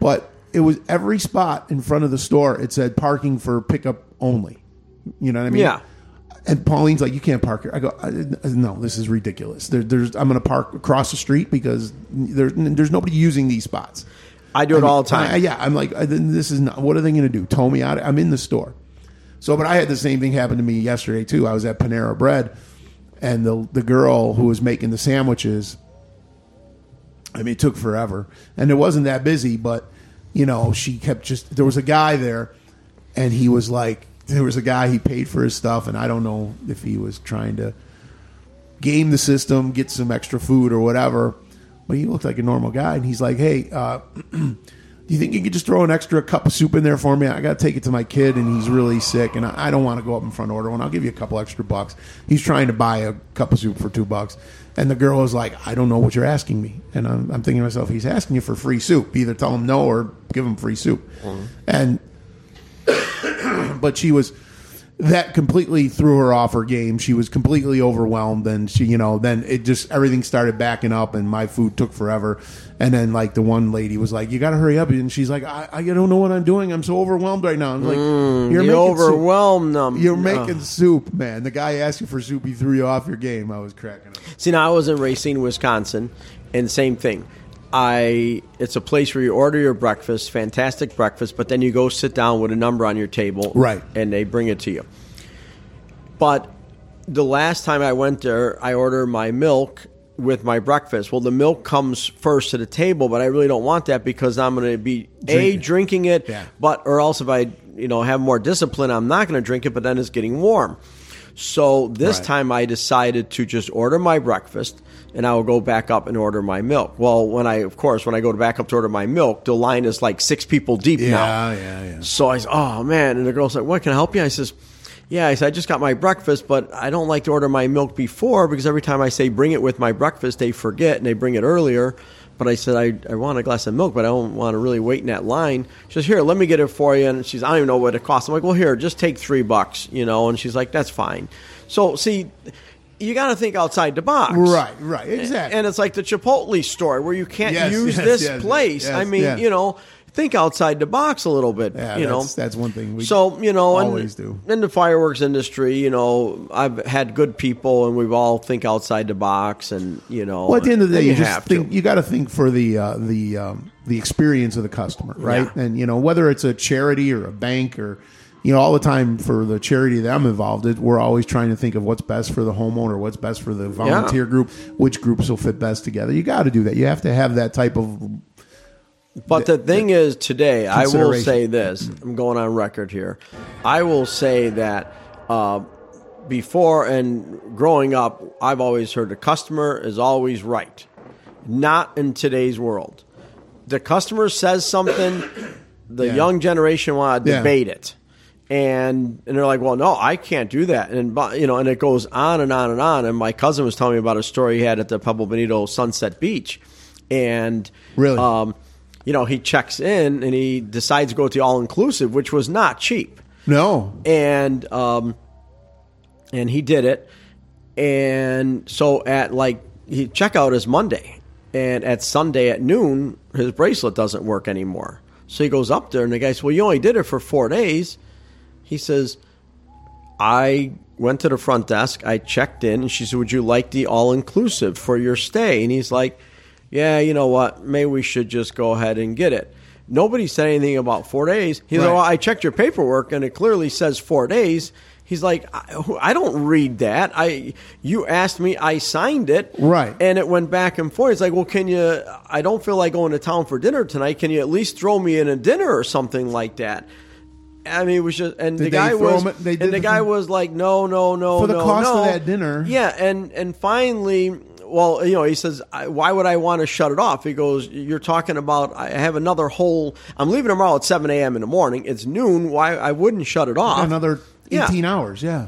Speaker 2: But it was every spot in front of the store. It said parking for pickup only. You know what I mean?
Speaker 1: Yeah.
Speaker 2: And Pauline's like, you can't park here. I go, I, no, this is ridiculous. There, there's, I'm going to park across the street because there's, there's nobody using these spots.
Speaker 1: I do it all the time.
Speaker 2: I- yeah, I'm like, I- this is not. What are they going to do? Tow me out? I'm in the store. So, but I had the same thing happen to me yesterday too. I was at Panera Bread, and the the girl who was making the sandwiches. I mean, it took forever, and it wasn't that busy, but you know, she kept just. There was a guy there, and he was like, there was a guy he paid for his stuff, and I don't know if he was trying to game the system, get some extra food or whatever. But he looked like a normal guy, and he's like, "Hey, uh, (clears throat) do you think you could just throw an extra cup of soup in there for me? I got to take it to my kid, and he's really sick, and I, I don't want to go up in front and order one. I'll give you a couple extra bucks. He's trying to buy a cup of soup for two bucks, and the girl is like, I don't know what you're asking me, and I'm, I'm thinking to myself, he's asking you for free soup. Either tell him no or give him free soup, and but she was that completely threw her off her game. She was completely overwhelmed, and she, you know, then it just everything started backing up, and my food took forever. And then like the one lady was like, "You got to hurry up," and she's like, I, "I don't know what I'm doing. I'm so overwhelmed right now." I'm like, "You're
Speaker 1: you
Speaker 2: making soup.
Speaker 1: overwhelm them.
Speaker 2: You're
Speaker 1: Uh,
Speaker 2: making soup, man. The guy asked you for soup. He threw you off your game. I was cracking up.
Speaker 1: See, now I was in Racine, Wisconsin, and same thing. I it's a place where you order your breakfast, fantastic breakfast, but then you go sit down with a number on your table,
Speaker 2: Right.
Speaker 1: And they bring it to you. But the last time I went there, I ordered my milk with my breakfast. Well, the milk comes first to the table, but I really don't want that because I'm going to be a
Speaker 2: Drinking.
Speaker 1: drinking it,
Speaker 2: Yeah.
Speaker 1: but or else if I you know have more discipline, I'm not going to drink it. But then it's getting warm. So this
Speaker 2: Right.
Speaker 1: time I decided to just order my breakfast and I will go back up and order my milk. Well, when I of course when I go to back up to order my milk, the line is like six people deep now.
Speaker 2: yeah, yeah.
Speaker 1: So I said, "Oh man!" And the girl's like, "What can I help you?" I says, "Yeah." I said, "I just got my breakfast, but I don't like to order my milk before because every time I say bring it with my breakfast, they forget and they bring it earlier." But I said, I, I want a glass of milk, but I don't want to really wait in that line. She says, Here, let me get it for you. And she's, I don't even know what it costs. I'm like, Well, here, just take three bucks, you know? And she's like, That's fine. So, see, you got to think outside the box.
Speaker 2: Right, right, exactly.
Speaker 1: And it's like the Chipotle store where you can't
Speaker 2: Yes,
Speaker 1: use
Speaker 2: yes,
Speaker 1: this
Speaker 2: yes,
Speaker 1: place.
Speaker 2: yes,
Speaker 1: I mean,
Speaker 2: yes.
Speaker 1: you know, think outside the box a little bit.
Speaker 2: Yeah,
Speaker 1: you
Speaker 2: that's-
Speaker 1: know,
Speaker 2: that's one thing we
Speaker 1: so you know, and-
Speaker 2: always do.
Speaker 1: in the fireworks industry. You know, I've had good people, and we've all think outside the box, and you know,
Speaker 2: Well, at the end of the day,
Speaker 1: and
Speaker 2: you, just
Speaker 1: have
Speaker 2: think
Speaker 1: to.
Speaker 2: you got to think for the uh, the um, the experience of the customer, right?
Speaker 1: Yeah.
Speaker 2: And you know whether it's a charity or a bank or you know, all the time for the charity that I'm involved in, we're always trying to think of what's best for the homeowner, what's best for the volunteer group, which groups will fit best together. You got to do that. You have to have that type of
Speaker 1: But the thing is, today I will
Speaker 2: Consideration.
Speaker 1: say this. I'm going on record here. I will say that uh, before and growing up, I've always heard the customer is always right. Not in today's world. The customer says something, the
Speaker 2: Yeah.
Speaker 1: young generation want to
Speaker 2: Yeah.
Speaker 1: debate it. And, and they're like, well, no, I can't do that. And, bu- you know, and it goes on and on and on. And my cousin was telling me about a story he had at the Pueblo Benito Sunset Beach. And
Speaker 2: Really?
Speaker 1: um, you know, he checks in and he decides to go to all inclusive, which was not cheap.
Speaker 2: no.
Speaker 1: And um, and he did it. And so at like he checkout is Monday, and at Sunday at noon his bracelet doesn't work anymore. So he goes up there and the guy says, "Well, you only did it for four days." He says, I went to the front desk. I checked in, and she said, "Would you like the all inclusive for your stay?" And he's like, "Yeah, you know what? Maybe we should just go ahead and get it." Nobody said anything about four days. He's
Speaker 2: Right.
Speaker 1: like, "Well, I checked your paperwork, and it clearly says four days." He's like, I, "I don't read that. I you asked me, I signed it,
Speaker 2: Right.
Speaker 1: And it went back and forth. It's like, well, can you? I don't feel like going to town for dinner tonight. Can you at least throw me in a dinner or something like that?" I mean, it was just and
Speaker 2: Did
Speaker 1: the
Speaker 2: they
Speaker 1: guy
Speaker 2: throw
Speaker 1: was
Speaker 2: him- they
Speaker 1: and
Speaker 2: did
Speaker 1: the
Speaker 2: the
Speaker 1: guy
Speaker 2: thing-
Speaker 1: was like, no, no, no,
Speaker 2: For the
Speaker 1: no,
Speaker 2: cost of
Speaker 1: no.
Speaker 2: that dinner.
Speaker 1: Yeah, and and finally, well, you know, he says, I, why would I want to shut it off? He goes, you're talking about I have another whole. I'm leaving tomorrow at 7 a.m. in the morning. It's noon. Why I wouldn't shut it off?
Speaker 2: Another
Speaker 1: Yeah.
Speaker 2: 18 hours, yeah.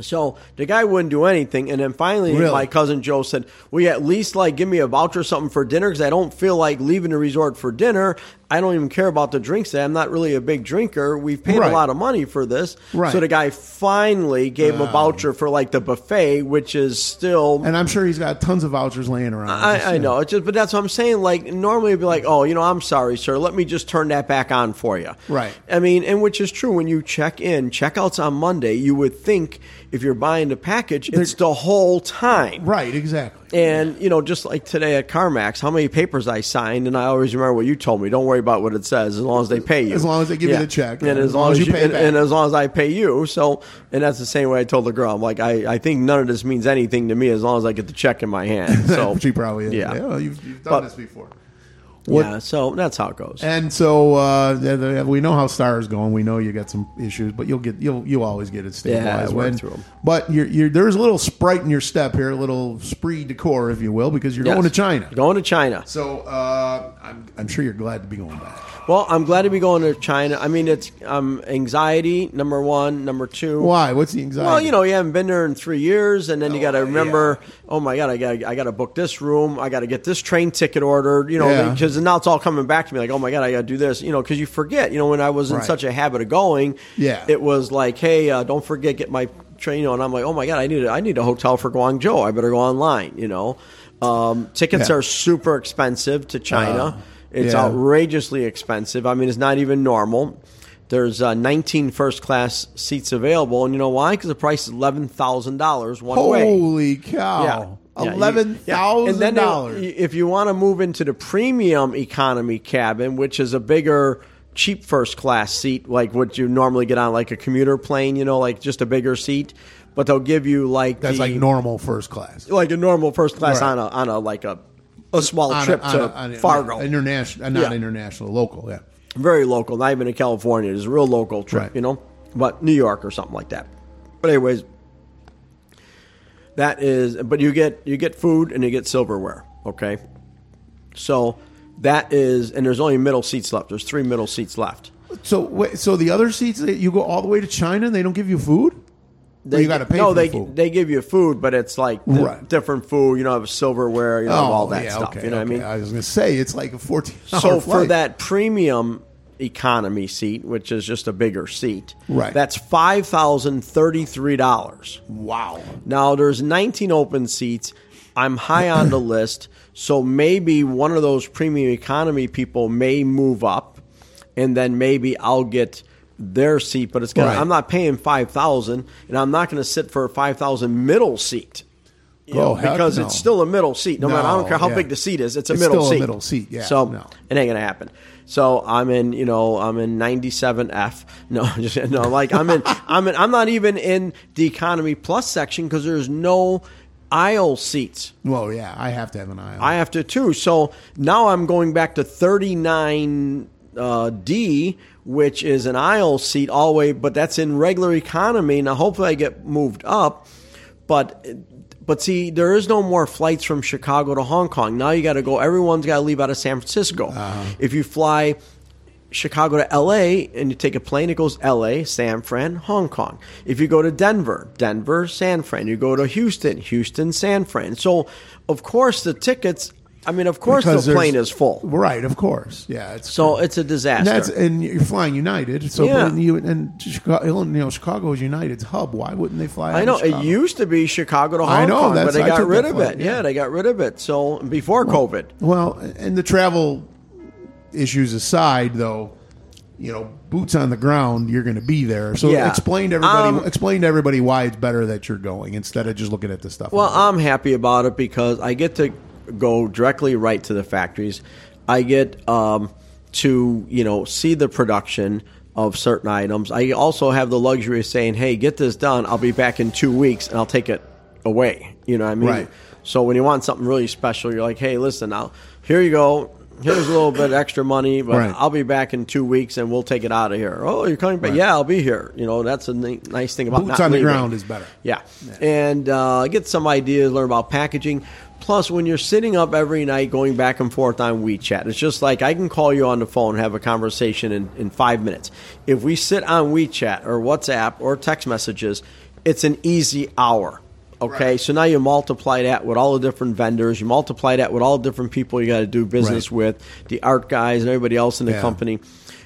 Speaker 1: So the guy wouldn't do anything, and then finally,
Speaker 2: Really?
Speaker 1: my cousin Joe said, "Will you at least like give me a voucher or something for dinner? Because I don't feel like leaving the resort for dinner. I don't even care about the drinks. Today. I'm not really a big drinker. We've paid
Speaker 2: Right.
Speaker 1: a lot of money for this.
Speaker 2: Right.
Speaker 1: So the guy finally gave him a
Speaker 2: Wow.
Speaker 1: voucher for like the buffet, which is still."
Speaker 2: And I'm sure he's got tons of vouchers laying around. Just,
Speaker 1: I, I
Speaker 2: yeah.
Speaker 1: know, it's just, but that's what I'm saying. Like normally, it'd be like, "Oh, you know, I'm sorry, sir. Let me just turn that back on for you."
Speaker 2: Right.
Speaker 1: I mean, and which is true when you check in, checkouts on Monday. You would think if you're buying the package, it's the whole time.
Speaker 2: Right, exactly.
Speaker 1: And you know, just like today at CarMax, how many papers I signed, and I always remember what you told me. Don't worry about what it says, as long as they pay you.
Speaker 2: As long as they give you the check,
Speaker 1: and as long as, you,
Speaker 2: pay it
Speaker 1: and,
Speaker 2: back.
Speaker 1: and as long as I pay you. So, and that's the same way I told the girl. I'm like, I, I think none of this means anything to me as long as I get the check in my
Speaker 2: (laughs)
Speaker 1: hand. So
Speaker 2: she probably is.
Speaker 1: yeah.
Speaker 2: well, you've, you've done
Speaker 1: But-
Speaker 2: this before.
Speaker 1: yeah, so that's how it goes.
Speaker 2: And so uh, the- the- we know how Star is going. We know you got some issues, but you'll get you'll you always get it stabilized.
Speaker 1: work
Speaker 2: when-
Speaker 1: through 'em.
Speaker 2: But you're, you're, there's a little sprite in your step here, a little spree decor, if you will, because you're
Speaker 1: Yes.
Speaker 2: going to China.
Speaker 1: Going to China.
Speaker 2: So uh, I'm I'm sure you're glad to be going back.
Speaker 1: Well, I'm glad to be going to China. I mean, it's um, anxiety number one, number two.
Speaker 2: Why? What's the anxiety?
Speaker 1: Well, you know, you haven't been there in three years, and then you
Speaker 2: Oh,
Speaker 1: got to
Speaker 2: yeah.
Speaker 1: remember, oh my god, I got I got to book this room, I got to get this train ticket ordered, you know,
Speaker 2: Yeah.
Speaker 1: because now it's all coming back to me, like oh my god, I got to do this, you know, because you forget, you know, when I was in
Speaker 2: Right.
Speaker 1: such a habit of going,
Speaker 2: Yeah.
Speaker 1: it was like, hey, uh, don't forget get my train, you know, and I'm like, oh my god, I need a, I need a hotel for Guangzhou, I better go online, you know, um, tickets
Speaker 2: Yeah. Uh,
Speaker 1: are super expensive to China, it's
Speaker 2: yeah.
Speaker 1: outrageously expensive. I mean, it's not even normal. There's uh, 19 first class seats available, and you know why? Because the price is eleven thousand dollars one way.
Speaker 2: holy
Speaker 1: Yeah.
Speaker 2: cow,
Speaker 1: Yeah, you-
Speaker 2: eleven
Speaker 1: yeah. And
Speaker 2: thousand
Speaker 1: then they-
Speaker 2: dollars.
Speaker 1: If you want to move into the premium economy cabin, which is a bigger, cheap first class seat, like what you normally get on like a commuter plane, you know, like just a bigger seat, but they'll give you like
Speaker 2: That's
Speaker 1: the,
Speaker 2: like normal first class.
Speaker 1: like a normal first class
Speaker 2: Right.
Speaker 1: on a on a like a a small
Speaker 2: On a-
Speaker 1: trip
Speaker 2: on
Speaker 1: to
Speaker 2: a- on a- uh,
Speaker 1: Fargo,
Speaker 2: international, not
Speaker 1: Yeah.
Speaker 2: international, local. Yeah,
Speaker 1: very local, not even in California. It's a real local trip,
Speaker 2: Right.
Speaker 1: you know, but New York or something like that. But anyways, that is. But you get you get food and you get silverware. Okay, so that is, and there's only middle seats left. There's three middle seats left.
Speaker 2: So, wait, so the other seats that you go all the way to China, and they don't give you food. Or you got to pay.
Speaker 1: No,
Speaker 2: for
Speaker 1: they
Speaker 2: the food?
Speaker 1: they give you food, but it's like di-
Speaker 2: Right. Oh,
Speaker 1: different food. You know, have silverware. You know, have all that
Speaker 2: yeah,
Speaker 1: stuff.
Speaker 2: okay,
Speaker 1: you know
Speaker 2: okay.
Speaker 1: what I mean?
Speaker 2: I was going to say it's like a fourteen.
Speaker 1: so for that premium economy seat, which is just a bigger seat,
Speaker 2: Right.
Speaker 1: That's five thousand thirty three dollars.
Speaker 2: wow,
Speaker 1: Now there's 19 open seats. I'm high on
Speaker 2: (coughs)
Speaker 1: the list, so maybe one of those premium economy people may move up, and then maybe I'll get their seat. But it's gonna,
Speaker 2: Right.
Speaker 1: I'm not paying five thousand, and I'm not going to sit for a five thousand middle seat. You you know,
Speaker 2: Oh, heck
Speaker 1: because
Speaker 2: no.
Speaker 1: it's still a middle seat. No, matter, I don't
Speaker 2: No,
Speaker 1: care how
Speaker 2: yeah.
Speaker 1: big the seat is, it's a
Speaker 2: It's
Speaker 1: middle
Speaker 2: still a
Speaker 1: seat.
Speaker 2: middle seat, yeah,
Speaker 1: So
Speaker 2: no.
Speaker 1: it ain't gonna happen. So I'm in, you know, I'm in 97F. No, (laughs) just no, like I'm
Speaker 2: (laughs)
Speaker 1: in, I'm in, I'm not even in the economy plus section because there's no aisle seats.
Speaker 2: Well, yeah, I have to have an eye. on
Speaker 1: I have to too. So now I'm going back to 39 uh, D, which is an aisle seat all the way, but that's in regular economy. Now hopefully I get moved up, but but see there is no more flights from Chicago to Hong Kong. Now you got to go. Everyone's got to leave out of San Francisco. If you fly. Chicago to LA and you take a plane, it goes LA, San Fran, Hong Kong. If you go to Denver, Denver, San Fran. You go to Houston, Houston, San Fran. So, of course, the tickets, I mean, of course,
Speaker 2: Because
Speaker 1: the
Speaker 2: there's-
Speaker 1: plane is full.
Speaker 2: Right, of course. Yeah, it's
Speaker 1: So, it's a
Speaker 2: and
Speaker 1: disaster.
Speaker 2: that's and you're flying United. So
Speaker 1: Yeah.
Speaker 2: but you and Chicago, you know, Chicago is United's hub. Why wouldn't they fly? Out
Speaker 1: I know
Speaker 2: of Chicago?
Speaker 1: it used to be Chicago to Hong
Speaker 2: I know,
Speaker 1: Kong, but
Speaker 2: that's-
Speaker 1: they
Speaker 2: I
Speaker 1: got
Speaker 2: took
Speaker 1: rid
Speaker 2: that
Speaker 1: of
Speaker 2: flight,
Speaker 1: it.
Speaker 2: yeah.
Speaker 1: Yeah. they got rid of it. So, before COVID.
Speaker 2: Well, and the travel issues aside, though, you know, boots on the ground, you're going to be there. So
Speaker 1: Yeah.
Speaker 2: explain to everybody,
Speaker 1: Um,
Speaker 2: explain to everybody why it's better that you're going instead of just looking at the stuff.
Speaker 1: Well, I'm happy about it because I get to go directly right to the factories. I get um, to you know see the production of certain items. I also have the luxury of saying, "Hey, get this done. I'll be back in two weeks, and I'll take it away." You know what I mean?
Speaker 2: Right.
Speaker 1: So when you want something really special, you're like, "Hey, listen, now here you go." Here's a little bit extra money, but
Speaker 2: Right.
Speaker 1: I'll be back in two weeks and we'll take it out of here. Oh, you're coming back?
Speaker 2: Right.
Speaker 1: Yeah, I'll be here. You know, that's a ni- nice thing about
Speaker 2: Boots
Speaker 1: not
Speaker 2: on the
Speaker 1: leaving.
Speaker 2: ground is better.
Speaker 1: Yeah. And uh, get some ideas, learn about packaging. Plus, when you're sitting up every night going back and forth on WeChat, it's just like I can call you on the phone, have a conversation in, in five minutes. If we sit on WeChat or WhatsApp or text messages, it's an easy hour. Okay,
Speaker 2: Right.
Speaker 1: so now you multiply that with all the different vendors, you multiply that with all the different people you got to do business
Speaker 2: Right.
Speaker 1: with, the art guys and everybody else in the
Speaker 2: Yeah.
Speaker 1: company.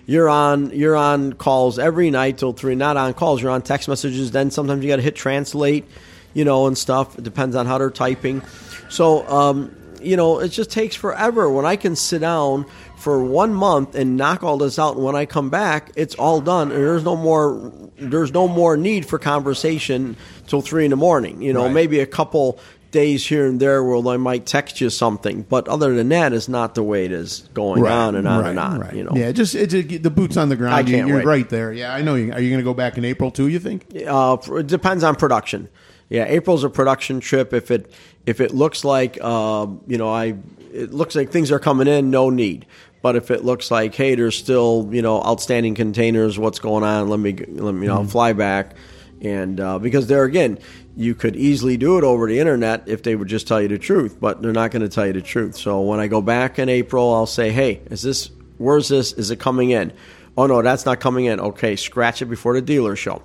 Speaker 1: You're on you're on calls every night till three. Not on calls. You're on text messages. Then sometimes you got to hit translate, you know, and stuff. It depends on how they're typing. So um, you know, it just takes forever. When I can sit down for one month and knock all this out, and when I come back, it's all done. And there's no more there's no more need for conversation till three in the morning. You know,
Speaker 2: Right.
Speaker 1: maybe a couple days here and there where I might text you something, but other than that, it's not the way it is going on and on
Speaker 2: right,
Speaker 1: and on.
Speaker 2: right.
Speaker 1: You know,
Speaker 2: yeah, just it, it, the boots on the ground.
Speaker 1: I
Speaker 2: you,
Speaker 1: can't
Speaker 2: you're
Speaker 1: wait.
Speaker 2: right there. Yeah, I know. You, are you going to go back in April too? You think?
Speaker 1: uh, for- it depends on production. Yeah, April's a production trip. If it if it looks like um, you know I it looks like things are coming in, no need. But if it looks like hey, there's still you know outstanding containers, what's going on? Let me g- let me you know fly back, and uh, because there again, you could easily do it over the internet if they would just tell you the truth, but they're not going to tell you the truth. So when I go back in April, I'll say hey, is this where's this? Is it coming in? Oh no, that's not coming in. Okay, scratch it before the dealer show.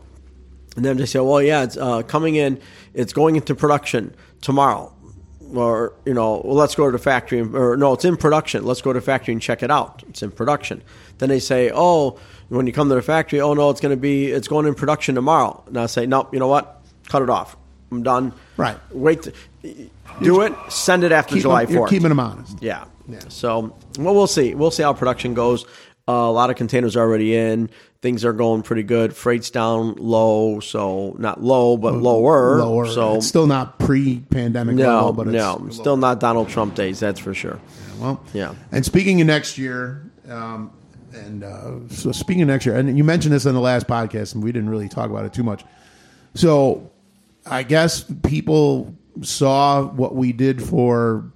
Speaker 1: And then they say, well, yeah, it's uh, coming in, it's going into production tomorrow. Or, you know, well, let's go to the factory. and- Or, no, it's in production. Let's go to the factory and check it out. It's in production. Then they say, oh, when you come to the factory, oh, no, it's going to be, it's going in production tomorrow. And I say, no, you know what? Cut it off. I'm done.
Speaker 2: Right.
Speaker 1: Wait, t- do it, send it after
Speaker 2: Keep
Speaker 1: July 4th.
Speaker 2: them, you're keeping them honest.
Speaker 1: Yeah. So, well, we'll see. We'll see how production goes. Uh, a lot of containers are already in. Things are going pretty good. Freight's down low, so not low, but lower.
Speaker 2: Lower.
Speaker 1: So
Speaker 2: it's still not pre-pandemic
Speaker 1: no,
Speaker 2: level, but it's
Speaker 1: no, still not Donald Trump days. That's for sure.
Speaker 2: Well,
Speaker 1: Yeah.
Speaker 2: And speaking of next year, um, and uh, so speaking of next year, and you mentioned this in the last podcast, and we didn't really talk about it too much. So, I guess people saw what we did for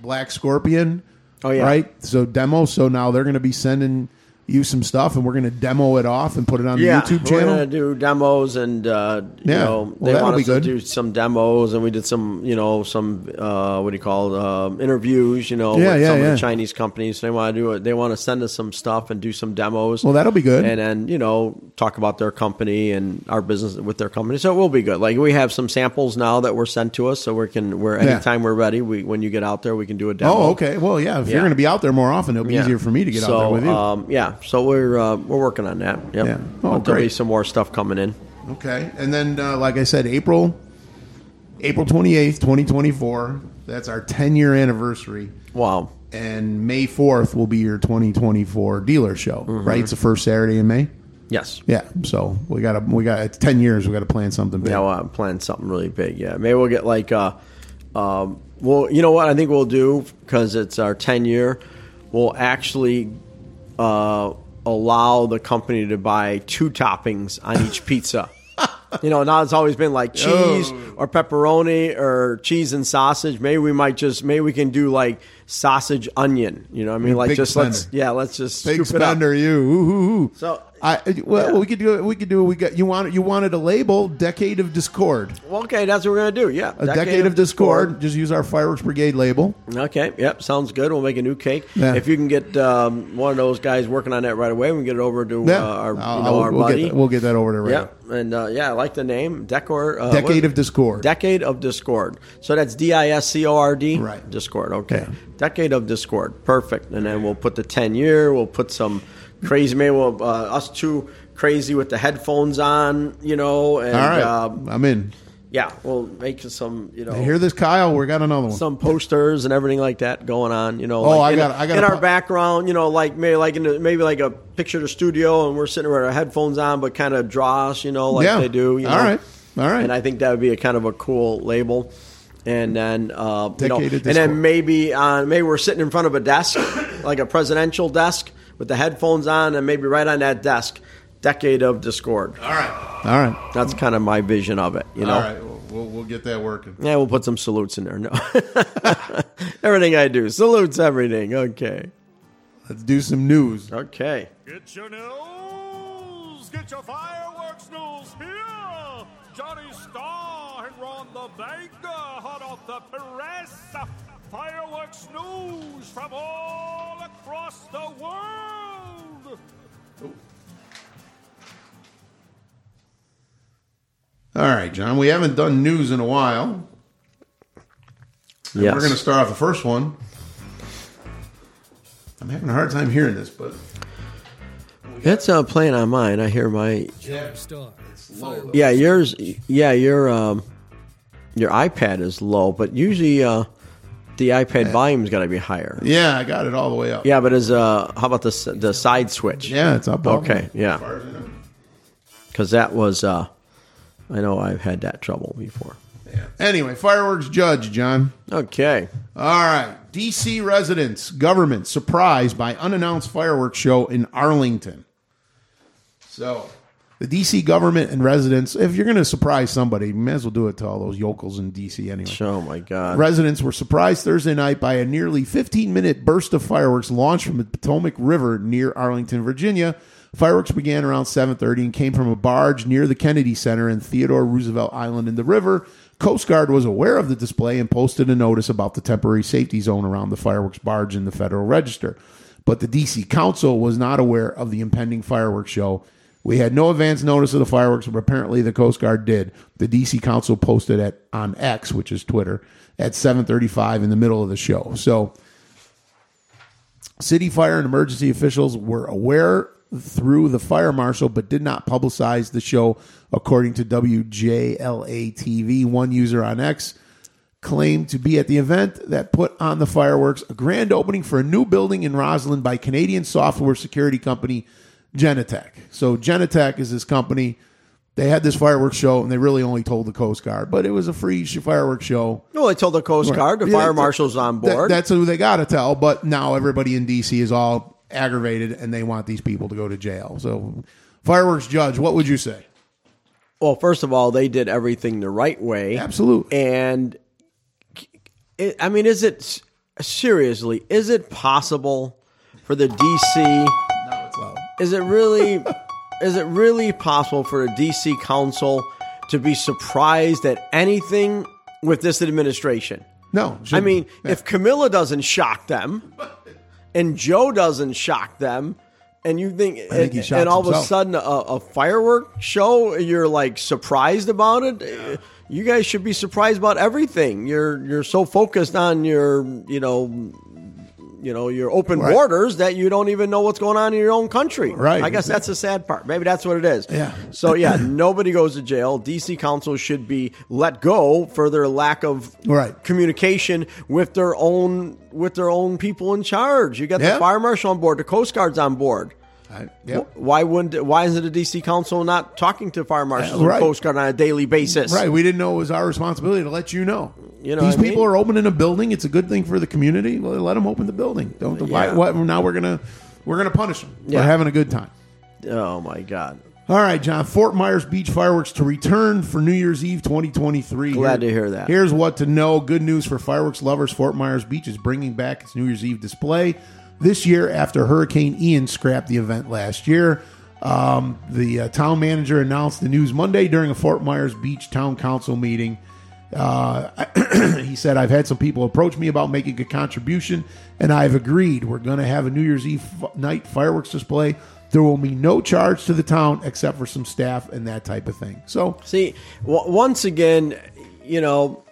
Speaker 2: Black Scorpion.
Speaker 1: Oh, yeah.
Speaker 2: right. So demo. So now they're going to be sending you some stuff, and we're going to demo it off and put it on
Speaker 1: Yeah,
Speaker 2: the YouTube
Speaker 1: we're
Speaker 2: channel.
Speaker 1: gonna do demos, and uh, you
Speaker 2: Yeah.
Speaker 1: know
Speaker 2: Well,
Speaker 1: they
Speaker 2: that'll
Speaker 1: want
Speaker 2: be
Speaker 1: us to
Speaker 2: good.
Speaker 1: do some demos, and we did some, you know, some uh, what do you call it, um, interviews, you know,
Speaker 2: Yeah,
Speaker 1: with
Speaker 2: yeah,
Speaker 1: some of
Speaker 2: yeah.
Speaker 1: the Chinese companies. They want to do it. They want to send us some stuff and do some demos.
Speaker 2: Well, that'll be good.
Speaker 1: And then you know, talk about their company and our business with their company. So it will be good. Like we have some samples now that were sent to us, so we can. We're
Speaker 2: Yeah.
Speaker 1: anytime we're ready. We when you get out there, we can do a demo.
Speaker 2: Oh, okay. Well, yeah. If you're
Speaker 1: Yeah.
Speaker 2: going to be out there more often, it'll be
Speaker 1: Yeah.
Speaker 2: easier for me to get
Speaker 1: So,
Speaker 2: out there with you.
Speaker 1: Um, yeah, so we're uh, we're working on that. Yep.
Speaker 2: Yeah. Oh,
Speaker 1: But there'll be
Speaker 2: great.
Speaker 1: some more stuff coming in.
Speaker 2: Okay, and then uh, like I said, April, April twenty eighth, twenty twenty four. That's our ten year anniversary,
Speaker 1: Wow. Mm-hmm.
Speaker 2: and May fourth will be your twenty twenty four dealer show. Right, it's the first Saturday in May.
Speaker 1: Yes.
Speaker 2: Yeah. So we got to we got it's ten years. We got to plan something big.
Speaker 1: Yeah, well, I'm planning something really big. Yeah, maybe we'll get like, uh, um, well, you know what? I think we'll do because it's our 10 year. We'll actually uh, allow the company to buy two toppings on
Speaker 2: (laughs)
Speaker 1: each pizza. You know, now it's always been like cheese or pepperoni or cheese and sausage. Maybe we might just maybe we can do like sausage onion. You know, what I mean, like
Speaker 2: Big
Speaker 1: just let's
Speaker 2: spender.
Speaker 1: yeah, let's just
Speaker 2: Big
Speaker 1: scoop it up.
Speaker 2: spender, you. Ooh, ooh, ooh.
Speaker 1: So-
Speaker 2: I well, we could do it. We could do it. We got you wanted you wanted a label, decade of discord.
Speaker 1: Well, okay, that's what we're gonna do. Yeah,
Speaker 2: A decade, of discord. Just use our fireworks brigade label.
Speaker 1: Okay. Yep. Sounds good. We'll make a new cake.
Speaker 2: Yeah.
Speaker 1: If you can get um, one of those guys working on that right away, we can get it over to
Speaker 2: Yeah,
Speaker 1: uh, our, you
Speaker 2: I'll-
Speaker 1: know,
Speaker 2: I'll-
Speaker 1: our
Speaker 2: we'll
Speaker 1: buddy.
Speaker 2: Get that, we'll get that over to right.
Speaker 1: yep. And uh, yeah, I like the name Decor. Uh,
Speaker 2: Decade
Speaker 1: what-
Speaker 2: of Discord.
Speaker 1: Decade of Discord. So that's D I S C O R D.
Speaker 2: Right.
Speaker 1: Discord. Okay.
Speaker 2: Yeah.
Speaker 1: Decade of Discord. Perfect. And then we'll put the ten year. We'll put some crazy. Maybe we'll, uh, us two crazy with the headphones on. You know. And,
Speaker 2: All right,
Speaker 1: Uh,
Speaker 2: I'm in.
Speaker 1: yeah. We'll make some. You know.
Speaker 2: I hear this, Kyle. We got another one.
Speaker 1: some posters and everything like that going on. You know,
Speaker 2: Oh,
Speaker 1: like
Speaker 2: I
Speaker 1: in,
Speaker 2: got- I got
Speaker 1: in
Speaker 2: a
Speaker 1: our
Speaker 2: po-
Speaker 1: background. You know, like maybe like in the, maybe like a picture of the studio, and we're sitting with our headphones on, but kind of draw us. You know, like
Speaker 2: Yeah.
Speaker 1: they do. You
Speaker 2: All
Speaker 1: know?
Speaker 2: right. All right.
Speaker 1: And I think that would be a kind of a cool label. And then, uh, you know,
Speaker 2: Decade
Speaker 1: and
Speaker 2: of
Speaker 1: then
Speaker 2: Discord.
Speaker 1: maybe on maybe we're sitting in front of a desk, like a presidential desk, with the headphones on, and maybe right on that desk, decade of Discord.
Speaker 2: All right.
Speaker 1: That's kind of my vision of it. You know.
Speaker 2: All right. We'll, we'll, we'll get that working.
Speaker 1: Yeah, we'll put some salutes in there. No. (laughs) everything I do. Salutes everything. Okay.
Speaker 2: Let's do some news.
Speaker 1: Okay.
Speaker 4: Get your news! Get your fireworks news here! Johnny Starr and Ron the Baker hot off the press! Fireworks news from all across the world!
Speaker 2: All right, John. We haven't done news in a while.
Speaker 1: Yes.
Speaker 2: We're going to start off the first one. I'm having a hard time hearing this, but
Speaker 1: That's uh, playing on mine. I hear my
Speaker 5: Star.
Speaker 1: Yeah, yours yeah, your um your iPad is low, but usually uh the iPad volume's got to be higher.
Speaker 2: yeah, I got it all the way up.
Speaker 1: Yeah, but is uh how about the s- the side switch?
Speaker 2: yeah, it's up. all the way.
Speaker 1: Okay, yeah.
Speaker 2: As far as I know.
Speaker 1: Cuz that was uh I know I've had that trouble before.
Speaker 2: Yeah. Anyway, fireworks judge, John.
Speaker 1: Okay.
Speaker 2: All right. DC residents, government surprised by unannounced fireworks show in Arlington. So, the DC government and residents, if you're going to surprise somebody, you may as well do it to all those yokels in DC anyway.
Speaker 1: Oh my god.
Speaker 2: Residents were surprised Thursday night by a nearly 15 minute burst of fireworks launched from the Potomac River near Arlington, Virginia. Fireworks began around 7:30 and came from a barge near the Kennedy Center and Theodore Roosevelt Island in the river. Coast Guard was aware of the display and posted a notice about the temporary safety zone around the fireworks barge in the Federal Register. But the DC Council was not aware of the impending fireworks show we had no advance notice of the fireworks, but apparently the Coast Guard did. The DC Council posted at on X, which is Twitter, at 7:35 in the middle of the show. So city fire and emergency officials were aware through the fire marshal but did not publicize the show according to WJLA TV. One user on X claimed to be at the event that put on the fireworks, a grand opening for a new building in Roslyn by Canadian software security company Genetech. So Genetech is this company. They had this fireworks show and they really only told the Coast Guard, but it was a free sh- fireworks show.
Speaker 1: Well, Oh, I told the Coast Guard, the
Speaker 2: Yeah,
Speaker 1: fire
Speaker 2: that-
Speaker 1: marshal's on board.
Speaker 2: That, that's who they got to tell. But now everybody in D.C. is all aggravated, and they want these people to go to jail. So, fireworks judge, what would you say?
Speaker 1: Well, first of all, they did everything the right way.
Speaker 2: Absolutely.
Speaker 1: And it, I mean, is it seriously? Is it possible for the DC?
Speaker 2: Now it's loud.
Speaker 1: Is it really? (laughs) is it really possible for the DC Council to be surprised at anything with this administration?
Speaker 2: No,
Speaker 1: I
Speaker 2: shouldn't.
Speaker 1: mean,
Speaker 2: Yeah.
Speaker 1: if Camilla doesn't shock them, and Joe doesn't shock them, and you think,
Speaker 2: think he
Speaker 1: and,
Speaker 2: shocks
Speaker 1: all of
Speaker 2: himself.
Speaker 1: a sudden a, a firework show, you're like surprised about it. You guys should be surprised about everything. You're you're so focused on your you know you know your open
Speaker 2: Right.
Speaker 1: borders that you don't even know what's going on in your own country.
Speaker 2: Right.
Speaker 1: I guess that's the sad part. Maybe that's what it is.
Speaker 2: Yeah.
Speaker 1: So yeah, nobody goes to jail. DC Council should be let go for their lack of
Speaker 2: Right.
Speaker 1: communication with their own with their own people in charge. You got
Speaker 2: Yeah.
Speaker 1: the fire marshal on board, the Coast Guard's on board.
Speaker 2: I, yeah.
Speaker 1: Why wouldn't? Why isn't the DC Council not talking to fire marshals
Speaker 2: Uh, Right.
Speaker 1: and Coast Guard on a daily basis?
Speaker 2: Right. We didn't know it was our responsibility to let you know.
Speaker 1: You know
Speaker 2: These
Speaker 1: what I
Speaker 2: people
Speaker 1: mean?
Speaker 2: are opening a building. It's a good thing for the community. Well, Let them open the building. Don't why,
Speaker 1: Yeah.
Speaker 2: why- now we're gonna we're gonna punish them.
Speaker 1: Yeah.
Speaker 2: We're having a good time.
Speaker 1: Oh my God!
Speaker 2: All right, John. Fort Myers Beach fireworks to return for New Year's Eve 2023.
Speaker 1: Glad to hear that.
Speaker 2: Here's what to know. Good news for fireworks lovers. Fort Myers Beach is bringing back its New Year's Eve display this year after Hurricane Ian scrapped the event last year. Um, the uh, town manager announced the news Monday during a Fort Myers Beach town council meeting. Uh, he said, I've had some people approach me about making a contribution, and I've agreed. We're going to have a New Year's Eve f- night fireworks display. There will be no charge to the town except for some staff and that type of thing. So,
Speaker 1: See, w- once again, you know,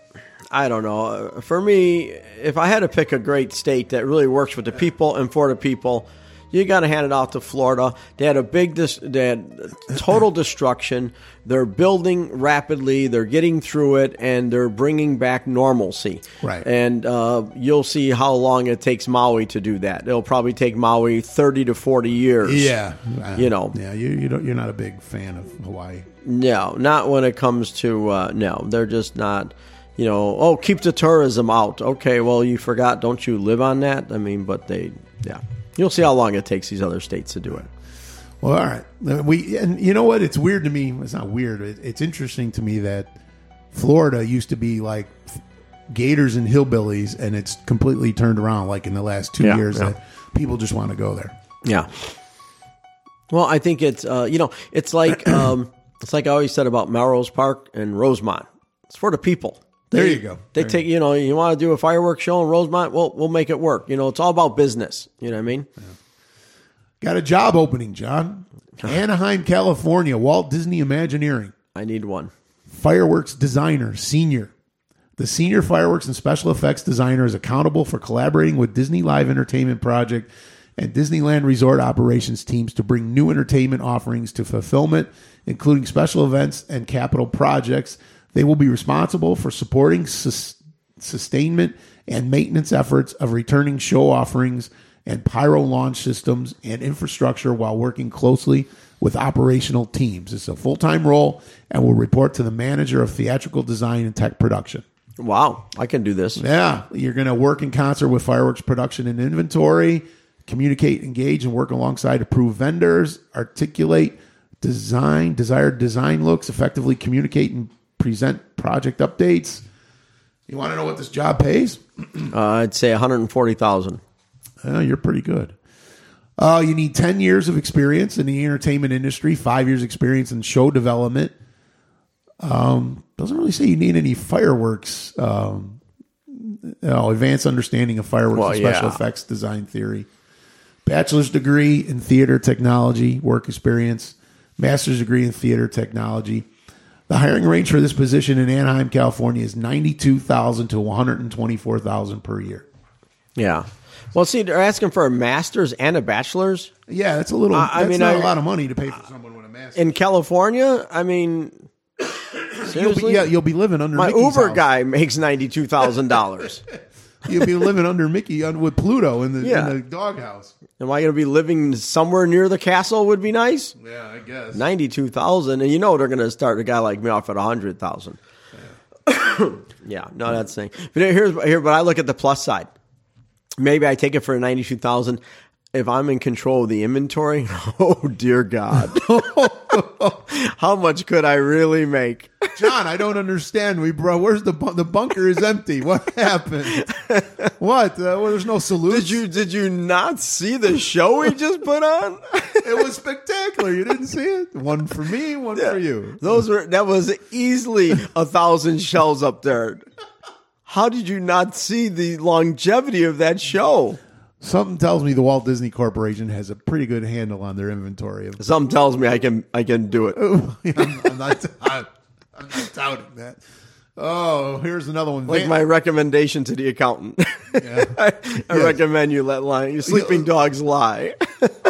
Speaker 1: I don't know. For me, if I had to pick a great state that really works with the people and for the people, you got to hand it off to Florida. They had a big, dis- they had total destruction. They're building rapidly. They're getting through it, and they're bringing back normalcy.
Speaker 2: Right.
Speaker 1: And uh, you'll see how long it takes Maui to do that. It'll probably take Maui thirty to forty years.
Speaker 2: Uh,
Speaker 1: You know.
Speaker 2: yeah, you, you don't, you're not a big fan of Hawaii.
Speaker 1: No, not when it comes to uh, no. They're just not. You know, oh, keep the tourism out. Okay, well, you forgot. Don't you live on that? I mean, but they, yeah. You'll see how long it takes these other states to do it.
Speaker 2: Well, all right. We and you know what? It's weird to me. It's not weird. It, it's interesting to me that Florida used to be like gators and hillbillies, and it's completely turned around. Like in the last two
Speaker 1: Yeah,
Speaker 2: years,
Speaker 1: yeah.
Speaker 2: that people just want to go there.
Speaker 1: Yeah. Well, I think it's uh, you know, it's like um, it's like I always said about Melrose Park and Rosemont. It's for the people.
Speaker 2: There you go.
Speaker 1: They take you know, you want to do a fireworks show in Rosemont? Well, we'll make it work. You know, it's all about business. You know what I mean?
Speaker 2: Got a job opening, John. Anaheim, California. Walt Disney Imagineering.
Speaker 1: I need one.
Speaker 2: fireworks designer senior. The senior fireworks and special effects designer is accountable for collaborating with Disney Live Entertainment Project and Disneyland Resort Operations teams to bring new entertainment offerings to fulfillment, including special events and capital projects. They will be responsible for supporting sus- sustainment and maintenance efforts of returning show offerings and pyro launch systems and infrastructure while working closely with operational teams. It's a full time role and will report to the manager of theatrical design and tech production.
Speaker 1: Wow, I can do this.
Speaker 2: Yeah, you're going to work in concert with fireworks production and inventory, communicate, engage, and work alongside approved vendors, articulate design, desired design looks, effectively communicate and present project updates. You want to know what this job pays?
Speaker 1: Uh, I'd say one hundred forty thousand.
Speaker 2: Oh, you're pretty good. Uh, you need 10 years of experience in the entertainment industry, five years experience in show development. Um, doesn't really say you need any fireworks, um, no, advanced understanding of fireworks
Speaker 1: Well,
Speaker 2: and special
Speaker 1: yeah.
Speaker 2: effects design theory, bachelor's degree in theater technology, work experience, master's degree in theater technology. The hiring range for this position in Anaheim, California is 92,000 to 124,000 per year.
Speaker 1: Yeah. Well, see, they're asking for a master's and a bachelor's
Speaker 2: Yeah, that's a little.
Speaker 1: I- I
Speaker 2: that's
Speaker 1: mean,
Speaker 2: not a
Speaker 1: I-
Speaker 2: lot of money to pay for someone with a master.
Speaker 1: in California. I mean,
Speaker 2: (coughs) You'll be,
Speaker 1: seriously,
Speaker 2: yeah, you'll be living under
Speaker 1: my
Speaker 2: Mickey's
Speaker 1: Uber
Speaker 2: house.
Speaker 1: guy makes ninety two thousand
Speaker 2: (laughs)
Speaker 1: dollars.
Speaker 2: You'll be living under Mickey un- with Pluto in the
Speaker 1: Yeah.
Speaker 2: in the doghouse.
Speaker 1: Am I going to be living somewhere near the castle? Would be nice.
Speaker 2: Yeah, I guess.
Speaker 1: Ninety two thousand, and you know they're going to start a guy like me off at a hundred thousand. (coughs) yeah, no, that's the thing. But here's here, but I look at the plus side. Maybe I take it for ninety two thousand. If I'm in control of the inventory, (laughs) oh dear God, (laughs) how much could I really make?
Speaker 2: John, I don't understand. We bro, where's the bu- the bunker is empty? What happened? what? Uh, well, there's no salute.
Speaker 1: Did you did you not see the show we just put on?
Speaker 2: It was spectacular. You didn't see it. One for me, one for you.
Speaker 1: Those were that was easily a thousand shells up there. How did you not see the longevity of that show?
Speaker 2: Something tells me the Walt Disney Corporation has a pretty good handle on their inventory of (laughs)
Speaker 1: Something tells me I can I can do it.
Speaker 2: I'm, I'm not, I'm, I'm not doubting that. Oh, here's another one.
Speaker 1: Like
Speaker 2: Van-
Speaker 1: my recommendation to the accountant. (laughs) I, I
Speaker 2: Yes.
Speaker 1: recommend you let lying your sleeping dogs lie. (laughs)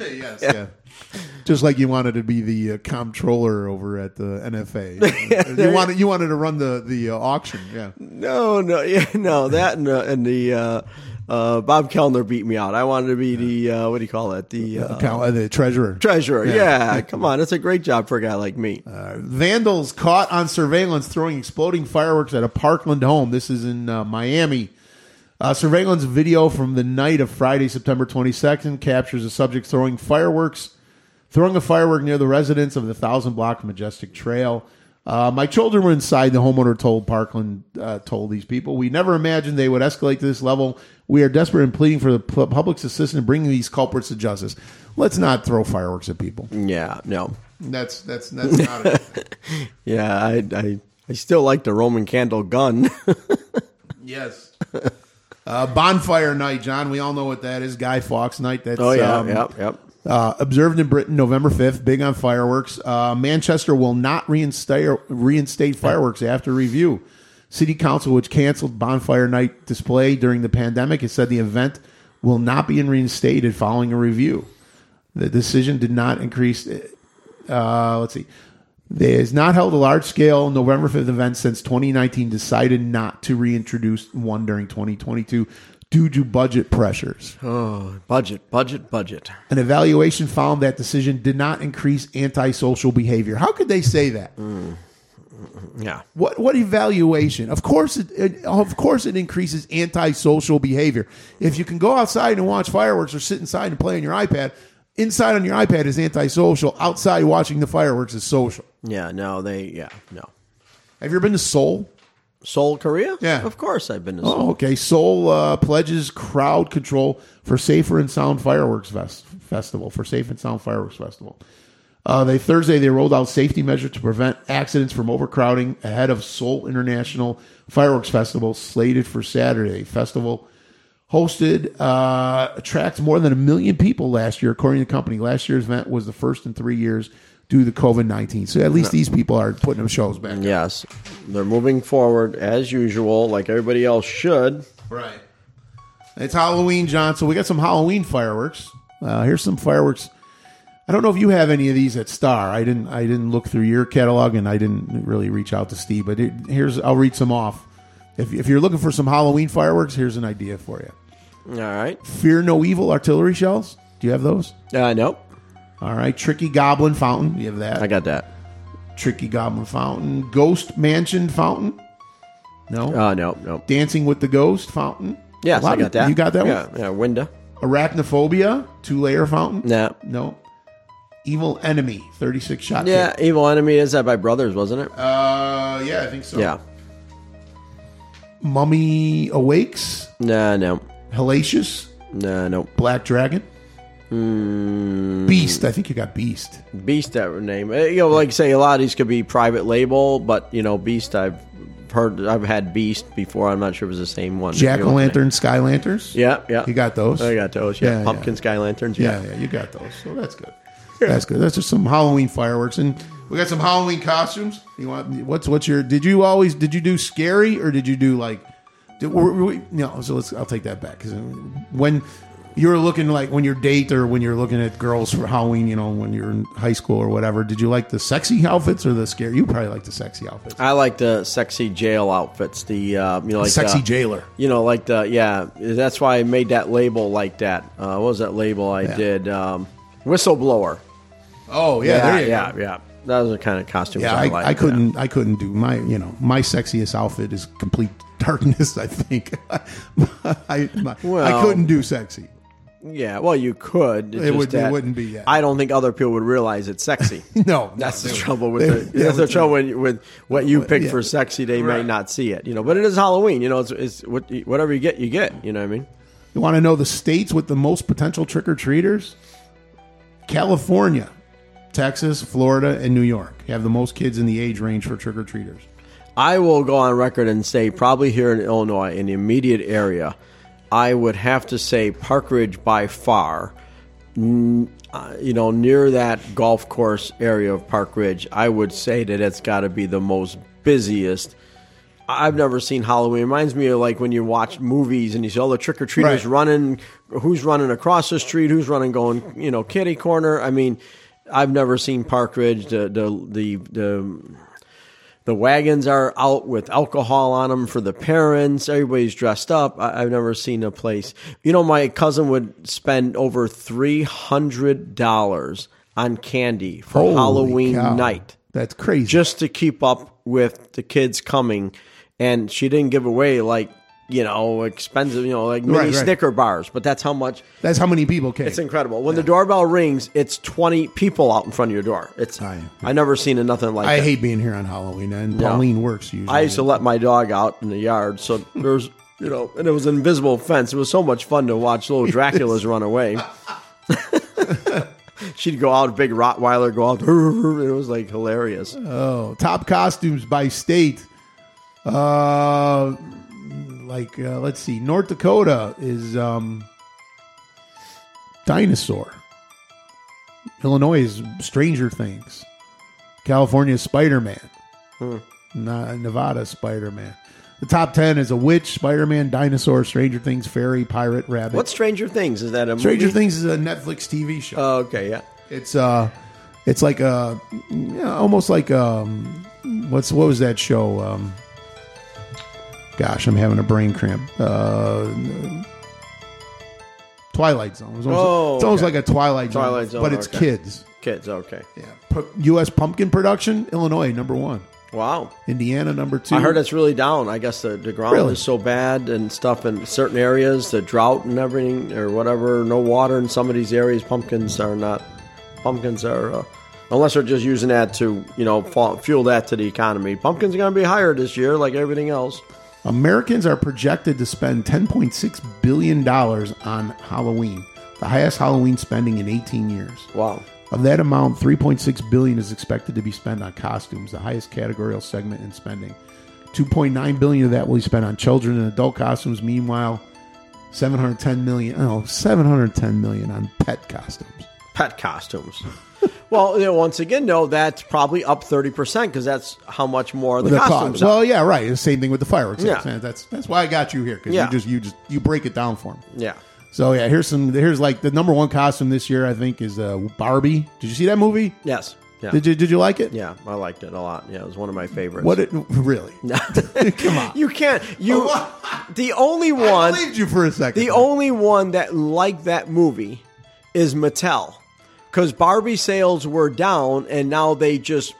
Speaker 2: yes, yeah. (laughs) Just like you wanted to be the uh, comptroller over at the
Speaker 1: (laughs)
Speaker 2: NFA, you wanted you wanted to run the the uh, auction. Yeah,
Speaker 1: No, no, yeah, no, that and, uh, and the uh, Uh, Bob Kellner beat me out. I wanted to be the uh, what do you call it? The uh,
Speaker 2: Cal- uh, the treasurer.
Speaker 1: treasurer. Yeah. Uh. come on, that's a great job for a guy like me.
Speaker 2: Vandals caught on surveillance throwing exploding fireworks at a Parkland home. This is in uh, Miami. Uh, surveillance video from the night of Friday, September 22nd, captures a subject throwing fireworks, throwing a firework near the residence of the thousand block Majestic Trail. Uh, my children were inside. The homeowner told Parkland, uh, told these people, we never imagined they would escalate to this level. We are desperate and pleading for the pu- public's assistance in bringing these culprits to justice. Let's not throw fireworks at people.
Speaker 1: yeah, no,
Speaker 2: That's that's that's not it.
Speaker 1: yeah, I, I, I still like the Roman candle gun. (laughs)
Speaker 2: Yes. (laughs) uh, bonfire night, John. We all know what that is. Guy Fawkes night. That's
Speaker 1: oh yeah,
Speaker 2: um,
Speaker 1: yep, yep.
Speaker 2: Uh, observed in Britain November 5th, big on fireworks. Uh, Manchester will not reinstate, reinstate fireworks after review. City Council, which canceled Bonfire Night display during the pandemic, has said the event will not be reinstated following a review. The decision did not increase. Uh, let's see. There has not held a large scale November 5th event since 2019, decided not to reintroduce one during 2022 due to budget pressures.
Speaker 1: oh, Budget, budget, budget.
Speaker 2: An evaluation found that decision did not increase antisocial behavior. How could they say that?
Speaker 1: Yeah,
Speaker 2: What what evaluation? Of course, it, it of course it increases antisocial behavior. If you can go outside and watch fireworks or sit inside and play on your iPad, inside on your iPad is antisocial. Outside watching the fireworks is social.
Speaker 1: yeah. No, they. Yeah, no.
Speaker 2: Have you ever been to Seoul?
Speaker 1: Seoul, Korea.
Speaker 2: Yeah.
Speaker 1: of course I've been to Seoul.
Speaker 2: Oh, okay. Seoul uh, pledges crowd control for safer and sound fireworks fest- festival for safe and sound fireworks festival. Uh, they Thursday they rolled out safety measures to prevent accidents from overcrowding ahead of Seoul International Fireworks Festival slated for Saturday. Festival hosted uh, attracts more than a million people last year, according to the company. Last year's event was the first in three years due to COVID nineteen. So at least these people are putting them shows back. up.
Speaker 1: Yes, they're moving forward as usual, like everybody else should.
Speaker 2: Right. It's Halloween, John. So we got some Halloween fireworks. Uh, here's some fireworks. I don't know if you have any of these at Star. I didn't. I didn't look through your catalog, and I didn't really reach out to Steve. But it, here's I'll read some off. If, if you're looking for some Halloween fireworks, here's an idea for you.
Speaker 1: All right.
Speaker 2: Fear no evil artillery shells. Do you have those?
Speaker 1: Uh, nope,
Speaker 2: All right. Tricky goblin fountain. You have that.
Speaker 1: I got that.
Speaker 2: Tricky goblin fountain. Ghost mansion fountain. No.
Speaker 1: Uh, nope, nope.
Speaker 2: Dancing with the ghost fountain.
Speaker 1: Yes,
Speaker 2: A lot
Speaker 1: I
Speaker 2: of-
Speaker 1: got that.
Speaker 2: You got that one.
Speaker 1: Yeah, yeah. Winda.
Speaker 2: Arachnophobia, two layer fountain.
Speaker 1: Nah.
Speaker 2: No. Evil enemy, 36 shot.
Speaker 1: Yeah, Evil Enemy is that by Brothers, wasn't it?
Speaker 2: kick. Uh, yeah, I think so.
Speaker 1: yeah.
Speaker 2: Mummy Awakes,
Speaker 1: Nah, no,
Speaker 2: Hellacious,
Speaker 1: nah, nope.
Speaker 2: Black Dragon. Beast. I think you got Beast.
Speaker 1: Beast that name. Eh, You know, like you say, a lot of these could be private label, but you know, Beast. I've heard, I've had Beast before. I'm not sure if it was the same one.
Speaker 2: Jack o' lantern, Sky Lanterns.
Speaker 1: Yeah, Uh, yeah.
Speaker 2: You got those?
Speaker 1: I got those. Yeah,
Speaker 2: Yeah,
Speaker 1: pumpkin
Speaker 2: yeah.
Speaker 1: sky lanterns.
Speaker 2: Yeah,
Speaker 1: Yeah.
Speaker 2: yeah, you got those. So that's good. That's good. That's just some Halloween fireworks, and we got some Halloween costumes. You want what's what's your? Did you always did you do scary or did you do like? Did, were, were we, no, so let's. I'll take that back because when you were looking like when you're date or when you're looking at girls for Halloween, you know, when you're in high school or whatever, did you like the sexy outfits or the scary? You probably like the sexy outfits.
Speaker 1: I like the sexy jail outfits. The uh, you know like
Speaker 2: sexy
Speaker 1: the-
Speaker 2: jailer.
Speaker 1: You know, like the yeah. That's why I made that label like that. Uh, what was that label I did? Um, whistleblower.
Speaker 2: Oh yeah, there you go.
Speaker 1: yeah, yeah. That was the kind of costume.
Speaker 2: Yeah,
Speaker 1: I,
Speaker 2: I,
Speaker 1: liked,
Speaker 2: I
Speaker 1: yeah.
Speaker 2: couldn't. I couldn't do my. You know, my sexiest outfit is complete (laughs) darkness. I think. (laughs) I, my- I
Speaker 1: Well,
Speaker 2: couldn't do sexy.
Speaker 1: Yeah, well, you could.
Speaker 2: It
Speaker 1: just
Speaker 2: would-
Speaker 1: that
Speaker 2: it wouldn't be, yeah.
Speaker 1: I don't think other people would realize it's sexy.
Speaker 2: (laughs) No,
Speaker 1: That's
Speaker 2: no,
Speaker 1: the
Speaker 2: they-
Speaker 1: trouble with
Speaker 2: they-
Speaker 1: the,
Speaker 2: yeah,
Speaker 1: that's the
Speaker 2: with-
Speaker 1: trouble when, with what you pick
Speaker 2: yeah.
Speaker 1: for sexy. They may
Speaker 2: Right.
Speaker 1: not see it, you know. But it is Halloween, you know. It's, it's what you- whatever you get, you get. You know what I mean?
Speaker 2: You want to know the states with the most potential trick or treaters? California, Texas, Florida, and New York have the most kids in the age range for trick or treaters.
Speaker 1: I will go on record and say, probably here in Illinois, in the immediate area, I would have to say Park Ridge by far. N- uh, You know, near that golf course area of Park Ridge, I would say that it's got to be the most busiest. I- I've never seen Halloween. It reminds me of like when you watch movies and you see all the trick or treaters
Speaker 2: Right.
Speaker 1: running, who's running across the street, who's running going, you know, kitty corner. I mean, I've never seen Park Ridge, the the the, the The wagons are out with alcohol on them for the parents. Everybody's dressed up. I, I've never seen a place. You know, my cousin would spend over three hundred dollars on candy for
Speaker 2: Holy
Speaker 1: Halloween
Speaker 2: cow.
Speaker 1: night
Speaker 2: That's crazy.
Speaker 1: just to keep up with the kids coming. And she didn't give away like you know expensive, you know, like mini
Speaker 2: Right, right.
Speaker 1: Snicker bars. But that's how much.
Speaker 2: That's how many people came.
Speaker 1: It's incredible. When the doorbell rings, it's twenty people out in front of your door. It's I,
Speaker 2: I-
Speaker 1: never seen a nothing like
Speaker 2: I
Speaker 1: that.
Speaker 2: hate being here on Halloween, and Pauline works usually.
Speaker 1: I used to let my dog out in the yard, (laughs) so there's you know, and it was an invisible fence. It was so much fun to watch (laughs) little Draculas run (laughs) away. She'd go out, big Rottweiler go out. (laughs) and It was like hilarious.
Speaker 2: Oh, top costumes by state. Uh, like uh, let's see, North Dakota is um, dinosaur. Illinois is Stranger Things. California is Spider Man. Nevada Spider Man. The top ten is a witch, Spider Man, dinosaur, Stranger Things, fairy, pirate, rabbit.
Speaker 1: What's Stranger Things? Is that a
Speaker 2: Stranger
Speaker 1: movie?
Speaker 2: Things is a Netflix TV show.
Speaker 1: Oh, okay, yeah.
Speaker 2: It's uh, it's like a, yeah, almost like um, what's what was that show? Um, gosh, I'm having a brain cramp. Uh, Twilight Zone. It was almost,
Speaker 1: Oh,
Speaker 2: it's almost
Speaker 1: okay.
Speaker 2: like a Twilight Zone,
Speaker 1: Twilight Zone,
Speaker 2: but it's
Speaker 1: okay.
Speaker 2: kids.
Speaker 1: Kids, okay.
Speaker 2: Yeah, Pu- U.S. pumpkin production, Illinois number one,
Speaker 1: Wow.
Speaker 2: Indiana number two.
Speaker 1: I heard it's really down. I guess the, the ground
Speaker 2: Really?
Speaker 1: is so bad and stuff in certain areas, the drought and everything or whatever, no water in some of these areas. Pumpkins are not, pumpkins are, uh, unless they're just using that to, you know, fa- fuel that to the economy. Pumpkins are going to be higher this year, like everything else.
Speaker 2: Americans are projected to spend 10.6 billion dollars on Halloween, the highest Halloween spending in 18 years.
Speaker 1: Wow.
Speaker 2: Of that amount, 3.6 billion is expected to be spent on costumes, the highest categorical segment in spending. 2.9 billion of that will be spent on children and adult costumes. Meanwhile, 710 million, oh, 710 million on pet costumes.
Speaker 1: Pet
Speaker 2: (laughs)
Speaker 1: costumes. well, you know, once again, though, that's probably up 30% because that's how much more the,
Speaker 2: The
Speaker 1: costumes
Speaker 2: cost-
Speaker 1: are.
Speaker 2: Well, yeah, right. The same thing with the fireworks.
Speaker 1: Yeah.
Speaker 2: That's that's why I got you here because
Speaker 1: Yeah.
Speaker 2: you just you just you break it down for me.
Speaker 1: yeah.
Speaker 2: So yeah, here's some here's like the number one costume this year I think is uh, Barbie. Did you see that movie?
Speaker 1: Yes. Yeah.
Speaker 2: Did you did you like it?
Speaker 1: yeah, I liked it a lot. Yeah, it was one of my favorites.
Speaker 2: What it (laughs) really? Come on. Oh,
Speaker 1: You can't. You the only
Speaker 2: I
Speaker 1: one,
Speaker 2: believed you for a second.
Speaker 1: the only one that liked that movie is Mattel, because Barbie sales were down and now they just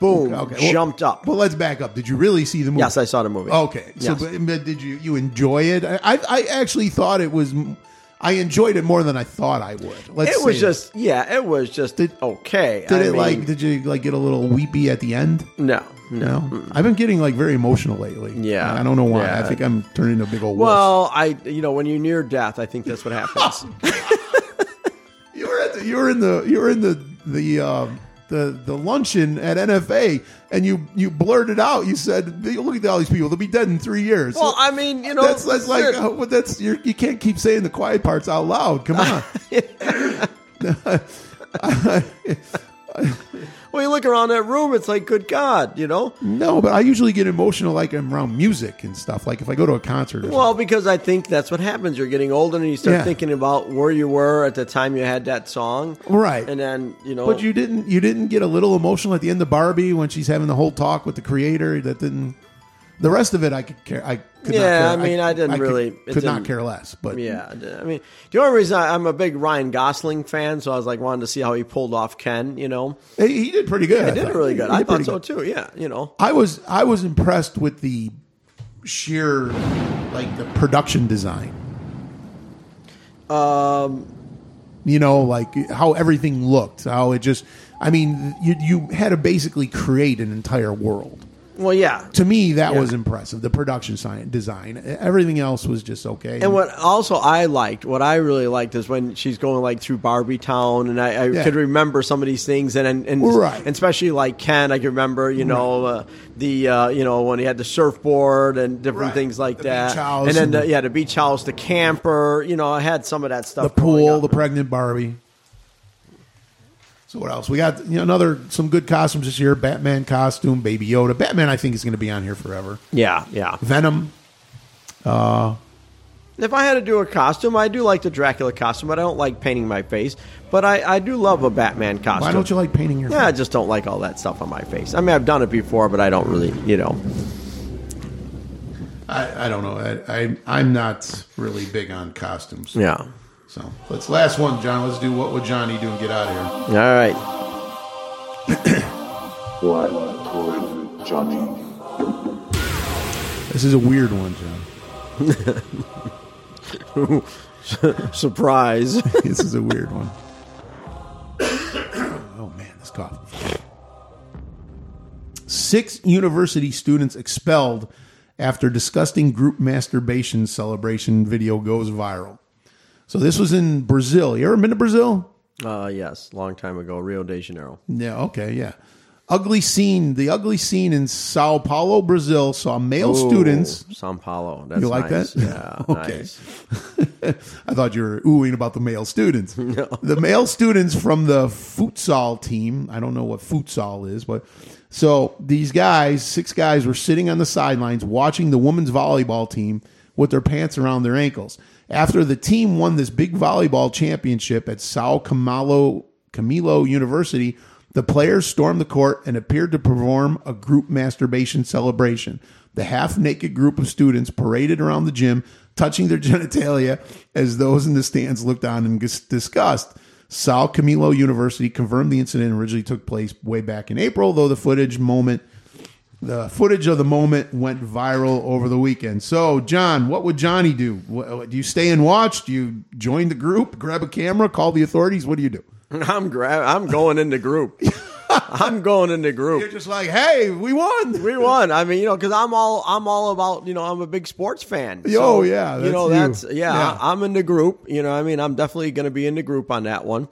Speaker 1: boom
Speaker 2: Okay, well-
Speaker 1: jumped up.
Speaker 2: Well, let's back up. Did you really see the movie?
Speaker 1: Yes, I saw the movie.
Speaker 2: Okay, so
Speaker 1: Yes.
Speaker 2: but, but did you you enjoy it? I, I I actually thought it was. m- I enjoyed it more than I thought I would. Let's
Speaker 1: it was
Speaker 2: say
Speaker 1: just yeah, it was just okay.
Speaker 2: that.
Speaker 1: I
Speaker 2: Did it
Speaker 1: mean,
Speaker 2: like? Did you like get a little weepy at the end?
Speaker 1: no, no.
Speaker 2: No, I've been getting like very emotional lately.
Speaker 1: Yeah.
Speaker 2: I don't know why.
Speaker 1: Yeah.
Speaker 2: I think I'm turning into a big old. Well,
Speaker 1: Well, I you know when you're near death, I think
Speaker 2: (laughs)
Speaker 1: that's what happens.
Speaker 2: you were at the, you were in the you were in the the. Um, the, the luncheon at NFA and you you blurted out you said look at all these people they'll be dead in three years
Speaker 1: well, I mean you know
Speaker 2: that's, that's like
Speaker 1: shit.
Speaker 2: uh, well, that's you're, you can't keep saying the quiet parts out loud. Come
Speaker 1: (laughs)
Speaker 2: on,
Speaker 1: when you look around that room, it's like good God, you know.
Speaker 2: no, but I usually get emotional like I'm around music and stuff. Like if I go to a concert, or
Speaker 1: Well, because I think that's what happens. You're getting older and you start
Speaker 2: Yeah.
Speaker 1: thinking about where you were at the time you had that song.
Speaker 2: Right.
Speaker 1: And then, you know,
Speaker 2: something. but you didn't you didn't get a little emotional at the end of Barbie when she's having the whole talk with the creator. That didn't. The rest of it, I could care. I could
Speaker 1: Yeah,
Speaker 2: not
Speaker 1: I
Speaker 2: care.
Speaker 1: mean, I didn't
Speaker 2: could-
Speaker 1: really- it
Speaker 2: could,
Speaker 1: didn't-
Speaker 2: not care less. But
Speaker 1: yeah. I mean, the only reason I, I'm a big Ryan Gosling fan, so I was like, wanted to see how he pulled off Ken, you know.
Speaker 2: he, he did pretty good.
Speaker 1: He
Speaker 2: I
Speaker 1: did
Speaker 2: thought.
Speaker 1: really good.
Speaker 2: He
Speaker 1: I
Speaker 2: did
Speaker 1: thought
Speaker 2: pretty
Speaker 1: so
Speaker 2: good.
Speaker 1: too. Yeah. You know,
Speaker 2: I was I was impressed with the sheer like the production design. Um,
Speaker 1: Um,
Speaker 2: you know, like how everything looked, how it just. I mean, you you had to basically create an entire world.
Speaker 1: well, yeah.
Speaker 2: To me, that
Speaker 1: Yeah.
Speaker 2: was impressive. The production sign, design, everything else was just okay.
Speaker 1: And what also I liked, what I really liked is when she's going like through Barbie Town, and I, I
Speaker 2: Yeah.
Speaker 1: could remember some of these things, and and, and
Speaker 2: Right.
Speaker 1: and especially like Ken, I could remember, you know, uh, the uh, you know when he had the surfboard and different
Speaker 2: Right.
Speaker 1: things like
Speaker 2: The
Speaker 1: that,
Speaker 2: beach house
Speaker 1: and then
Speaker 2: and
Speaker 1: the,
Speaker 2: the-
Speaker 1: yeah, the beach house, the camper, you know, I had some of that
Speaker 2: the
Speaker 1: stuff. growing
Speaker 2: pool,
Speaker 1: up.
Speaker 2: the pregnant Barbie. So what else? We got you know, another some good costumes this year. Batman costume, Baby Yoda. Batman, I think is going to be on here forever.
Speaker 1: yeah, yeah,
Speaker 2: Venom. Uh,
Speaker 1: If I had to do a costume, I do like the Dracula costume, but I don't like painting my face. But I, I do love a Batman costume.
Speaker 2: Why don't you like painting your
Speaker 1: Yeah, I
Speaker 2: face?
Speaker 1: just don't like all that stuff on my face. I mean, I've done it before, but I don't really, you know.
Speaker 2: I, I don't know. I, I I'm not really big on costumes.
Speaker 1: Yeah.
Speaker 2: So let's last one, John. Let's do what would Johnny do and get out of here.
Speaker 1: All right.
Speaker 5: What would Johnny
Speaker 2: This is a weird one, (laughs) John.
Speaker 1: Surprise. (laughs)
Speaker 2: this is a weird one. (coughs) oh man, this cough. Six university students expelled after disgusting group masturbation celebration video goes viral. So this was in Brazil. You ever been to Brazil?
Speaker 1: uh, yes, long time ago, Rio de Janeiro.
Speaker 2: Yeah, okay, yeah. Ugly scene. The ugly scene in Sao Paulo, Brazil saw male students.
Speaker 1: Ooh, São Paulo. That's
Speaker 2: You like
Speaker 1: nice.
Speaker 2: that?
Speaker 1: Yeah,
Speaker 2: (laughs) Okay.
Speaker 1: nice.
Speaker 2: I thought you were oohing about the male students. The male students from the futsal team. I don't know what futsal is, but so these guys, six guys, were sitting on the sidelines watching the women's volleyball team with their pants around their ankles. After the team won this big volleyball championship at Sao Camilo, Camilo University, the players stormed the court and appeared to perform a group masturbation celebration. The half naked group of students paraded around the gym, touching their (laughs) genitalia as those in the stands looked on in dis- disgust. Sal Camilo University confirmed the incident originally took place way back in April, though the footage moment the footage of the moment went viral over the weekend. So, John, what would Johnny do? Wh- Do you stay and watch? Do you join the group, grab a camera, call the authorities? What do you do?
Speaker 1: I'm gra- I'm going into
Speaker 2: (laughs)
Speaker 1: group. I'm going into
Speaker 2: You're
Speaker 1: group.
Speaker 2: just like, hey, we won.
Speaker 1: We won. I mean, you know, because I'm all I'm all about. You know, I'm a big sports fan.
Speaker 2: Oh, yeah,
Speaker 1: you know
Speaker 2: that's
Speaker 1: that's
Speaker 2: you.
Speaker 1: yeah.
Speaker 2: Yeah.
Speaker 1: I, I'm in the group. You know, what I mean, I'm definitely going to be in the group on that one.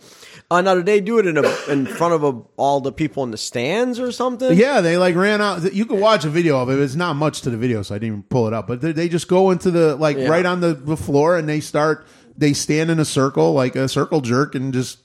Speaker 1: Uh, now, did they do it in a, in front of a, all the people in the stands or something?
Speaker 2: Yeah, they like ran out. You can watch a video of it. It's not much to the video, so I didn't even pull it up. But they, they just go into the like
Speaker 1: Yeah.
Speaker 2: right on the, the floor and they start. They stand in a circle like a circle jerk and just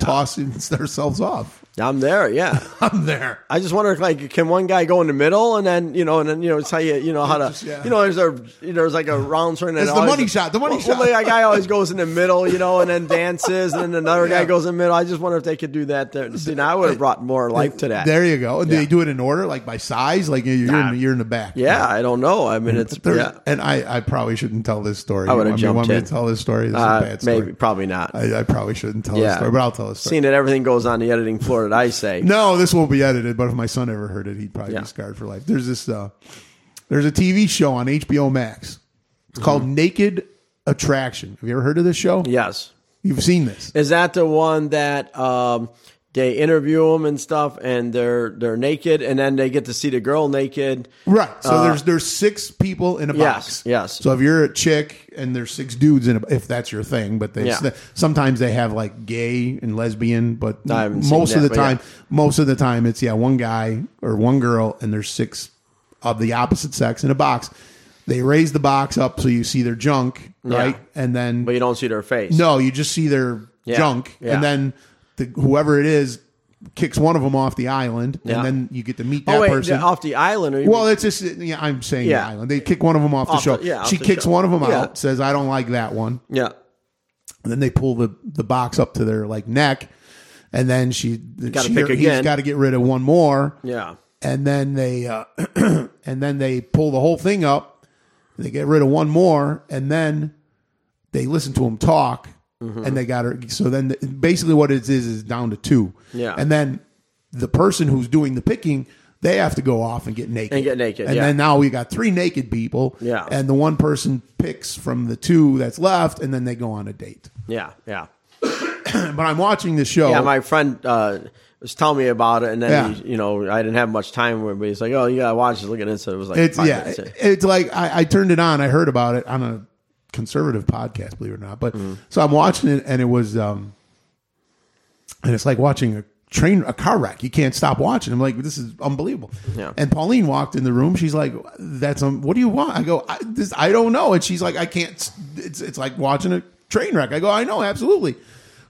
Speaker 2: toss (laughs) themselves off.
Speaker 1: I'm there. Yeah,
Speaker 2: I'm there.
Speaker 1: I just wonder, like, can one guy go in the middle and then you know, and then you know, it's how you you know how to
Speaker 2: Just, yeah.
Speaker 1: you know, there's a you know, there's like a round turn. and
Speaker 2: It's the
Speaker 1: always-
Speaker 2: money shot, the money
Speaker 1: well,
Speaker 2: shot.
Speaker 1: Well, like, a guy always goes in the middle, you know, and
Speaker 2: (laughs)
Speaker 1: then dances, and then another
Speaker 2: Yeah.
Speaker 1: guy goes in the middle. I just wonder if they could do that there. See, now I would have brought more life to that.
Speaker 2: There you go. And
Speaker 1: Yeah.
Speaker 2: They do it in order, like by size. Like you're, you're, in, the, you're in the back.
Speaker 1: yeah, I don't know. I mean, it's
Speaker 2: There's-
Speaker 1: yeah,
Speaker 2: And I, I probably shouldn't tell this story.
Speaker 1: I would've
Speaker 2: You
Speaker 1: jumped
Speaker 2: want me- you want me
Speaker 1: in.
Speaker 2: to tell this story? This
Speaker 1: uh,
Speaker 2: is a bad story.
Speaker 1: maybe probably not.
Speaker 2: I, I probably shouldn't tell this
Speaker 1: yeah,
Speaker 2: story, but I'll tell this story.
Speaker 1: Seeing that everything goes on the editing floor that I say.
Speaker 2: No, this won't be edited. But if my son ever heard it, he'd probably
Speaker 1: Yeah.
Speaker 2: be scarred for life. There's this. Uh, there's a TV show on HBO Max. It's called Naked Attraction. Have you ever heard of this show?
Speaker 1: Yes,
Speaker 2: You've seen this.
Speaker 1: is that the one that? um they interview them and stuff, and they're they're naked, and then they get to see the girl naked.
Speaker 2: Right. So
Speaker 1: Uh,
Speaker 2: there's there's six people in a
Speaker 1: Yes,
Speaker 2: box.
Speaker 1: yes.
Speaker 2: So if you're a chick and there's six dudes in a if that's your thing, but they
Speaker 1: Yeah.
Speaker 2: sometimes they have like gay and lesbian, but
Speaker 1: I haven't seen
Speaker 2: most of
Speaker 1: that,
Speaker 2: the
Speaker 1: but yeah.
Speaker 2: time most of the time it's yeah, one guy or one girl and there's six of the opposite sex in a box. They raise the box up so you see their junk, right? And then
Speaker 1: but you don't see their face.
Speaker 2: no, you just see their
Speaker 1: Yeah,
Speaker 2: junk
Speaker 1: yeah.
Speaker 2: and then the, whoever it is kicks one of them off the island
Speaker 1: Yeah.
Speaker 2: and then you get to meet that
Speaker 1: Oh wait,
Speaker 2: person
Speaker 1: off the island. Or you
Speaker 2: well,
Speaker 1: mean-
Speaker 2: it's just yeah. I'm saying
Speaker 1: Yeah.
Speaker 2: the island. They kick one of them off, the
Speaker 1: Off
Speaker 2: show.
Speaker 1: the- yeah, off
Speaker 2: she
Speaker 1: the
Speaker 2: kicks
Speaker 1: show.
Speaker 2: one of them
Speaker 1: Yeah.
Speaker 2: out. Says I don't like that one.
Speaker 1: yeah,
Speaker 2: And then they pull the the box up to their like neck, and then she
Speaker 1: gotta
Speaker 2: she-
Speaker 1: pick
Speaker 2: he's
Speaker 1: again.
Speaker 2: got to get rid of one more.
Speaker 1: yeah.
Speaker 2: And then they uh, (clears throat) and then they pull the whole thing up. They get rid of one more, and then they listen to him talk.
Speaker 1: Mm-hmm.
Speaker 2: And they got her. So then, the, basically, what it is is down to two.
Speaker 1: Yeah.
Speaker 2: And then the person who's doing the picking, they have to go off and get naked.
Speaker 1: And get naked,
Speaker 2: And
Speaker 1: yeah.
Speaker 2: then now we got three naked people.
Speaker 1: Yeah.
Speaker 2: And the one person picks from the two that's left, and then they go on a date. (clears throat)
Speaker 1: Yeah, yeah,
Speaker 2: But I'm watching the show.
Speaker 1: yeah. My friend uh, was telling me about it, and then
Speaker 2: Oh. Yeah.
Speaker 1: he- you know I didn't have much time with, it, but he's like, "Oh, you gotta watch this. Look at this." So it was like,
Speaker 2: It's
Speaker 1: five
Speaker 2: yeah.
Speaker 1: minutes in.
Speaker 2: It's like I, I turned it on. I heard about it on a conservative podcast, believe it or not. But
Speaker 1: Mm-hmm.
Speaker 2: so I'm watching it, and it was, um and it's like watching a train, a car wreck. You can't stop watching. I'm like, this is unbelievable.
Speaker 1: Yeah.
Speaker 2: And Pauline walked in the room. She's like, that's um, what do you want? I go, I, this, I don't know. And she's like, I can't. s- It's it's like watching a train wreck. I go, I know, absolutely.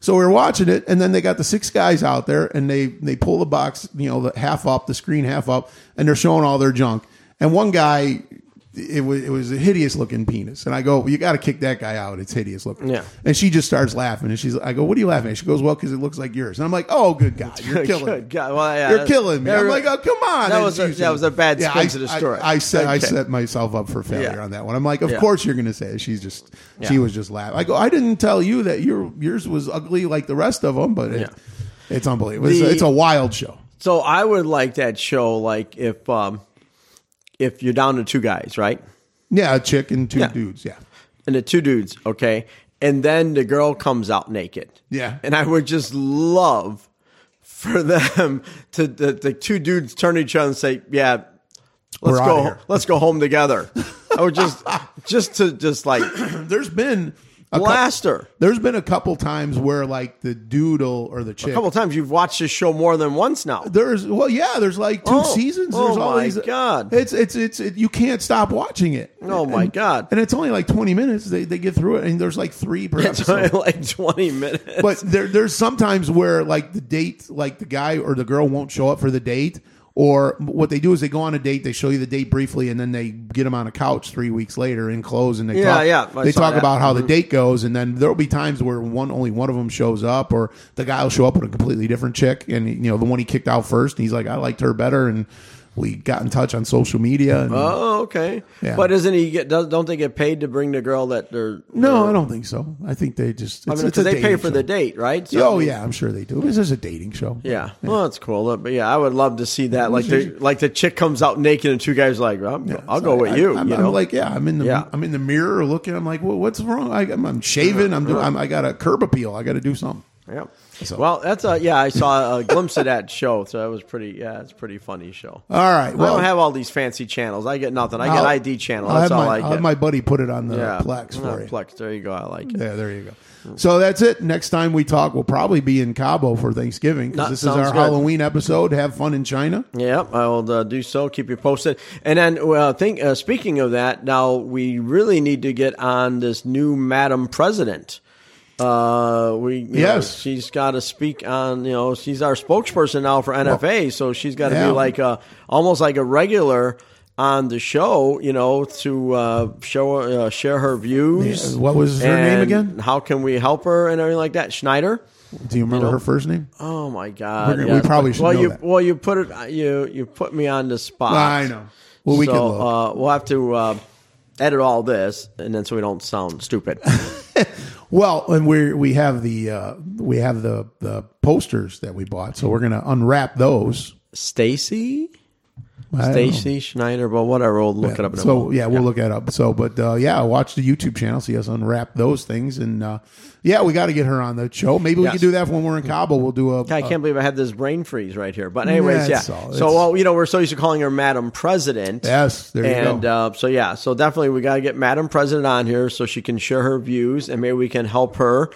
Speaker 2: So we are watching it, and then they got the six guys out there, and they they pull the box, you know, the half up, the screen half up, and they're showing all their junk. And one guy it was it was a hideous looking penis. And I go, well, you got to kick that guy out. It's hideous looking.
Speaker 1: Yeah.
Speaker 2: And she just starts laughing. And she's, I go, what are you laughing at? She goes, well, because it looks like yours. And I'm like, oh, good God, (laughs) you're killing
Speaker 1: (laughs)
Speaker 2: me.
Speaker 1: Good God. Well, yeah,
Speaker 2: you're
Speaker 1: that's-
Speaker 2: killing me. I'm
Speaker 1: every-
Speaker 2: like, oh, come on.
Speaker 1: That
Speaker 2: And
Speaker 1: was a-
Speaker 2: she's-
Speaker 1: that was a bad
Speaker 2: yeah,
Speaker 1: spin
Speaker 2: I-
Speaker 1: to the
Speaker 2: I-
Speaker 1: story.
Speaker 2: I, set I
Speaker 1: Okay.
Speaker 2: set myself up for failure
Speaker 1: Yeah.
Speaker 2: on that one. I'm like, of
Speaker 1: Yeah.
Speaker 2: course you're going to say it. She's just, she
Speaker 1: Yeah.
Speaker 2: was just laughing. I go, I didn't tell you that your yours was ugly like the rest of them, but it,
Speaker 1: Yeah.
Speaker 2: it's unbelievable. It's a-
Speaker 1: The-
Speaker 2: it's a wild show.
Speaker 1: So I would like that show, like if um, if you're down to two guys, right?
Speaker 2: Yeah, a chick and two
Speaker 1: Yeah.
Speaker 2: dudes. Yeah. (clears throat)
Speaker 1: and the two dudes, okay? And then the girl comes out naked.
Speaker 2: Yeah.
Speaker 1: And I would just love for them (laughs) to the, the two dudes turn to each other and say, "Yeah, let's
Speaker 2: We're outta
Speaker 1: go
Speaker 2: here."
Speaker 1: let's go home together." I would
Speaker 2: (laughs)
Speaker 1: just just to just like
Speaker 2: There's been a cou-
Speaker 1: blast her.
Speaker 2: There's been a couple times where like the doodle or the chick.
Speaker 1: A couple times you've watched this show more than once now.
Speaker 2: There's well, yeah. There's like two
Speaker 1: Oh.
Speaker 2: seasons.
Speaker 1: Oh,
Speaker 2: There's
Speaker 1: my
Speaker 2: always
Speaker 1: God.
Speaker 2: It's it's it's it, you can't stop watching it.
Speaker 1: Oh, my
Speaker 2: And-
Speaker 1: God.
Speaker 2: And it's only like 20 minutes. They they get through it, and there's like three
Speaker 1: (laughs)
Speaker 2: per
Speaker 1: It's
Speaker 2: episode.
Speaker 1: only like 20 minutes.
Speaker 2: (laughs) but there there's sometimes where like the date, like the guy or the girl won't show up for the date. Or what they do is they go on a date, they show you the date briefly, and then they get them on a couch three weeks later in clothes, and they
Speaker 1: Yeah,
Speaker 2: talk,
Speaker 1: yeah, I
Speaker 2: they
Speaker 1: saw
Speaker 2: talk
Speaker 1: that. Mm-hmm.
Speaker 2: about how the date goes, and then there'll be times where one only one of them shows up, or the guy will show up with a completely different chick, and you know the one he kicked out first, and he's like, I liked her better, and we got in touch on social media. And,
Speaker 1: (laughs) Oh, okay.
Speaker 2: Yeah.
Speaker 1: But isn't he get does- don't they get paid to bring the girl that they're
Speaker 2: no,
Speaker 1: they're-
Speaker 2: I don't think so. I think they just
Speaker 1: I
Speaker 2: it's-
Speaker 1: mean,
Speaker 2: it's a
Speaker 1: because they pay
Speaker 2: dating
Speaker 1: for the
Speaker 2: show.
Speaker 1: date, right? So, I
Speaker 2: Oh
Speaker 1: mean,
Speaker 2: yeah, I'm sure they do. This is a dating show.
Speaker 1: Yeah. Well, that's cool. But yeah, I would love to see that. Like
Speaker 2: (laughs)
Speaker 1: the like the chick comes out naked and two guys are like, I'm,
Speaker 2: Yeah,
Speaker 1: I'll
Speaker 2: so
Speaker 1: go
Speaker 2: I-
Speaker 1: with
Speaker 2: I-
Speaker 1: you.
Speaker 2: I'm,
Speaker 1: you
Speaker 2: I'm
Speaker 1: know,
Speaker 2: like, yeah, I'm in the
Speaker 1: Yeah.
Speaker 2: I'm in the mirror looking. I'm like, well, what's wrong? I, I'm, I'm shaving. I'm, do, I'm I got a curb appeal. I got to do something.
Speaker 1: yeah.
Speaker 2: So-
Speaker 1: Well, that's a yeah. I saw a glimpse of that show, so that was pretty. Yeah, it's a pretty funny show.
Speaker 2: All right. Uh, Well,
Speaker 1: I don't have all these fancy channels. I get nothing. I get
Speaker 2: I'll-
Speaker 1: ID channel.
Speaker 2: I'll
Speaker 1: That's
Speaker 2: have
Speaker 1: all
Speaker 2: my,
Speaker 1: I
Speaker 2: will
Speaker 1: get.
Speaker 2: have my buddy put it on the
Speaker 1: yeah.
Speaker 2: Plex
Speaker 1: Yeah,
Speaker 2: for you.
Speaker 1: Plex. There you go. I like it.
Speaker 2: Yeah, there you go. So that's it. Next time we talk, we'll probably be in Cabo for Thanksgiving because
Speaker 1: That
Speaker 2: this is
Speaker 1: sounds
Speaker 2: our
Speaker 1: good.
Speaker 2: Halloween episode. Have fun in China.
Speaker 1: Yeah, I will uh, do so. Keep you posted. And then, uh, think. Uh, speaking of that, now we really need to get on this new Madam President. Uh, we you know,
Speaker 2: Yes.
Speaker 1: she's got to speak on. You know, she's our spokesperson now for NFA, so she's got to
Speaker 2: Yeah.
Speaker 1: be like a almost like a regular on the show. You know, to uh, show uh, share her views.
Speaker 2: Yeah, what was her name
Speaker 1: and
Speaker 2: again?
Speaker 1: How can we help her and everything like that? Schneider.
Speaker 2: Do you remember her first name?
Speaker 1: Oh my God!
Speaker 2: We're gonna- we probably should
Speaker 1: well,
Speaker 2: know
Speaker 1: you
Speaker 2: that.
Speaker 1: well you put it you you put me on the spot.
Speaker 2: I know. Well, we
Speaker 1: so,
Speaker 2: can look.
Speaker 1: Uh, we'll have to uh, edit all this, and then so we don't sound
Speaker 2: (laughs)
Speaker 1: stupid.
Speaker 2: Well, and we we have the uh, we have the the posters that we bought, so we're gonna unwrap those.
Speaker 1: Stacy,
Speaker 2: I don't know.
Speaker 1: Stacy Schneider, but whatever. We'll look it up. In a
Speaker 2: So
Speaker 1: moment.
Speaker 2: yeah, we'll look that up. So, but uh, yeah, watch the YouTube channel. See us unwrap those things, and uh, yeah, we got to get her on the show. Maybe we
Speaker 1: Yes.
Speaker 2: can do that when we're in Cabo. We'll do a.
Speaker 1: I can't believe I had this brain freeze right here. But anyways, yeah.
Speaker 2: That's
Speaker 1: So
Speaker 2: all. uh, It's-
Speaker 1: well, you know, we're so used to calling her Madam President.
Speaker 2: Yes, there you
Speaker 1: and,
Speaker 2: go.
Speaker 1: Uh, so yeah, so definitely we got to get Madam President on here so she can share her views and maybe we can help her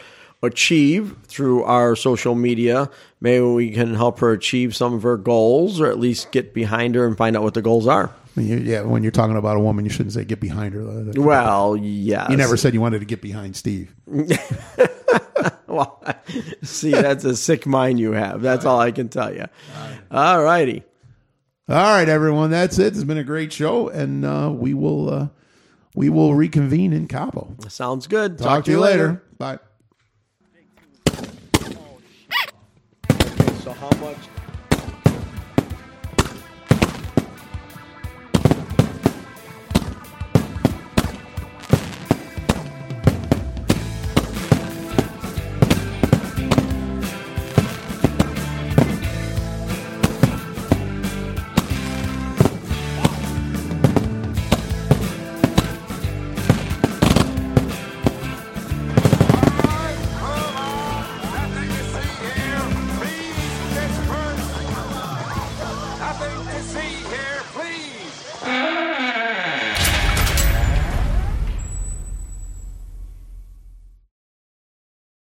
Speaker 1: achieve through our social media. Maybe we can help her achieve some of her goals or at least get behind her and find out what the goals are.
Speaker 2: When you- yeah, when you're talking about a woman, you shouldn't say get behind her. Uh, that-
Speaker 1: Well, yes.
Speaker 2: you never said you wanted to get behind Steve.
Speaker 1: (laughs) Well, (laughs) see, that's a sick mind you have. That's all I can tell you. All righty.
Speaker 2: All right, everyone, that's it. It's been a great show, and uh, we will uh, we will reconvene in Cabo. Talk,
Speaker 1: Sounds good. Talk,
Speaker 2: to you later. Bye.
Speaker 1: later. So how much
Speaker 4: Nothing to see here. Please, Pittsburgh. Nothing to see here. Please.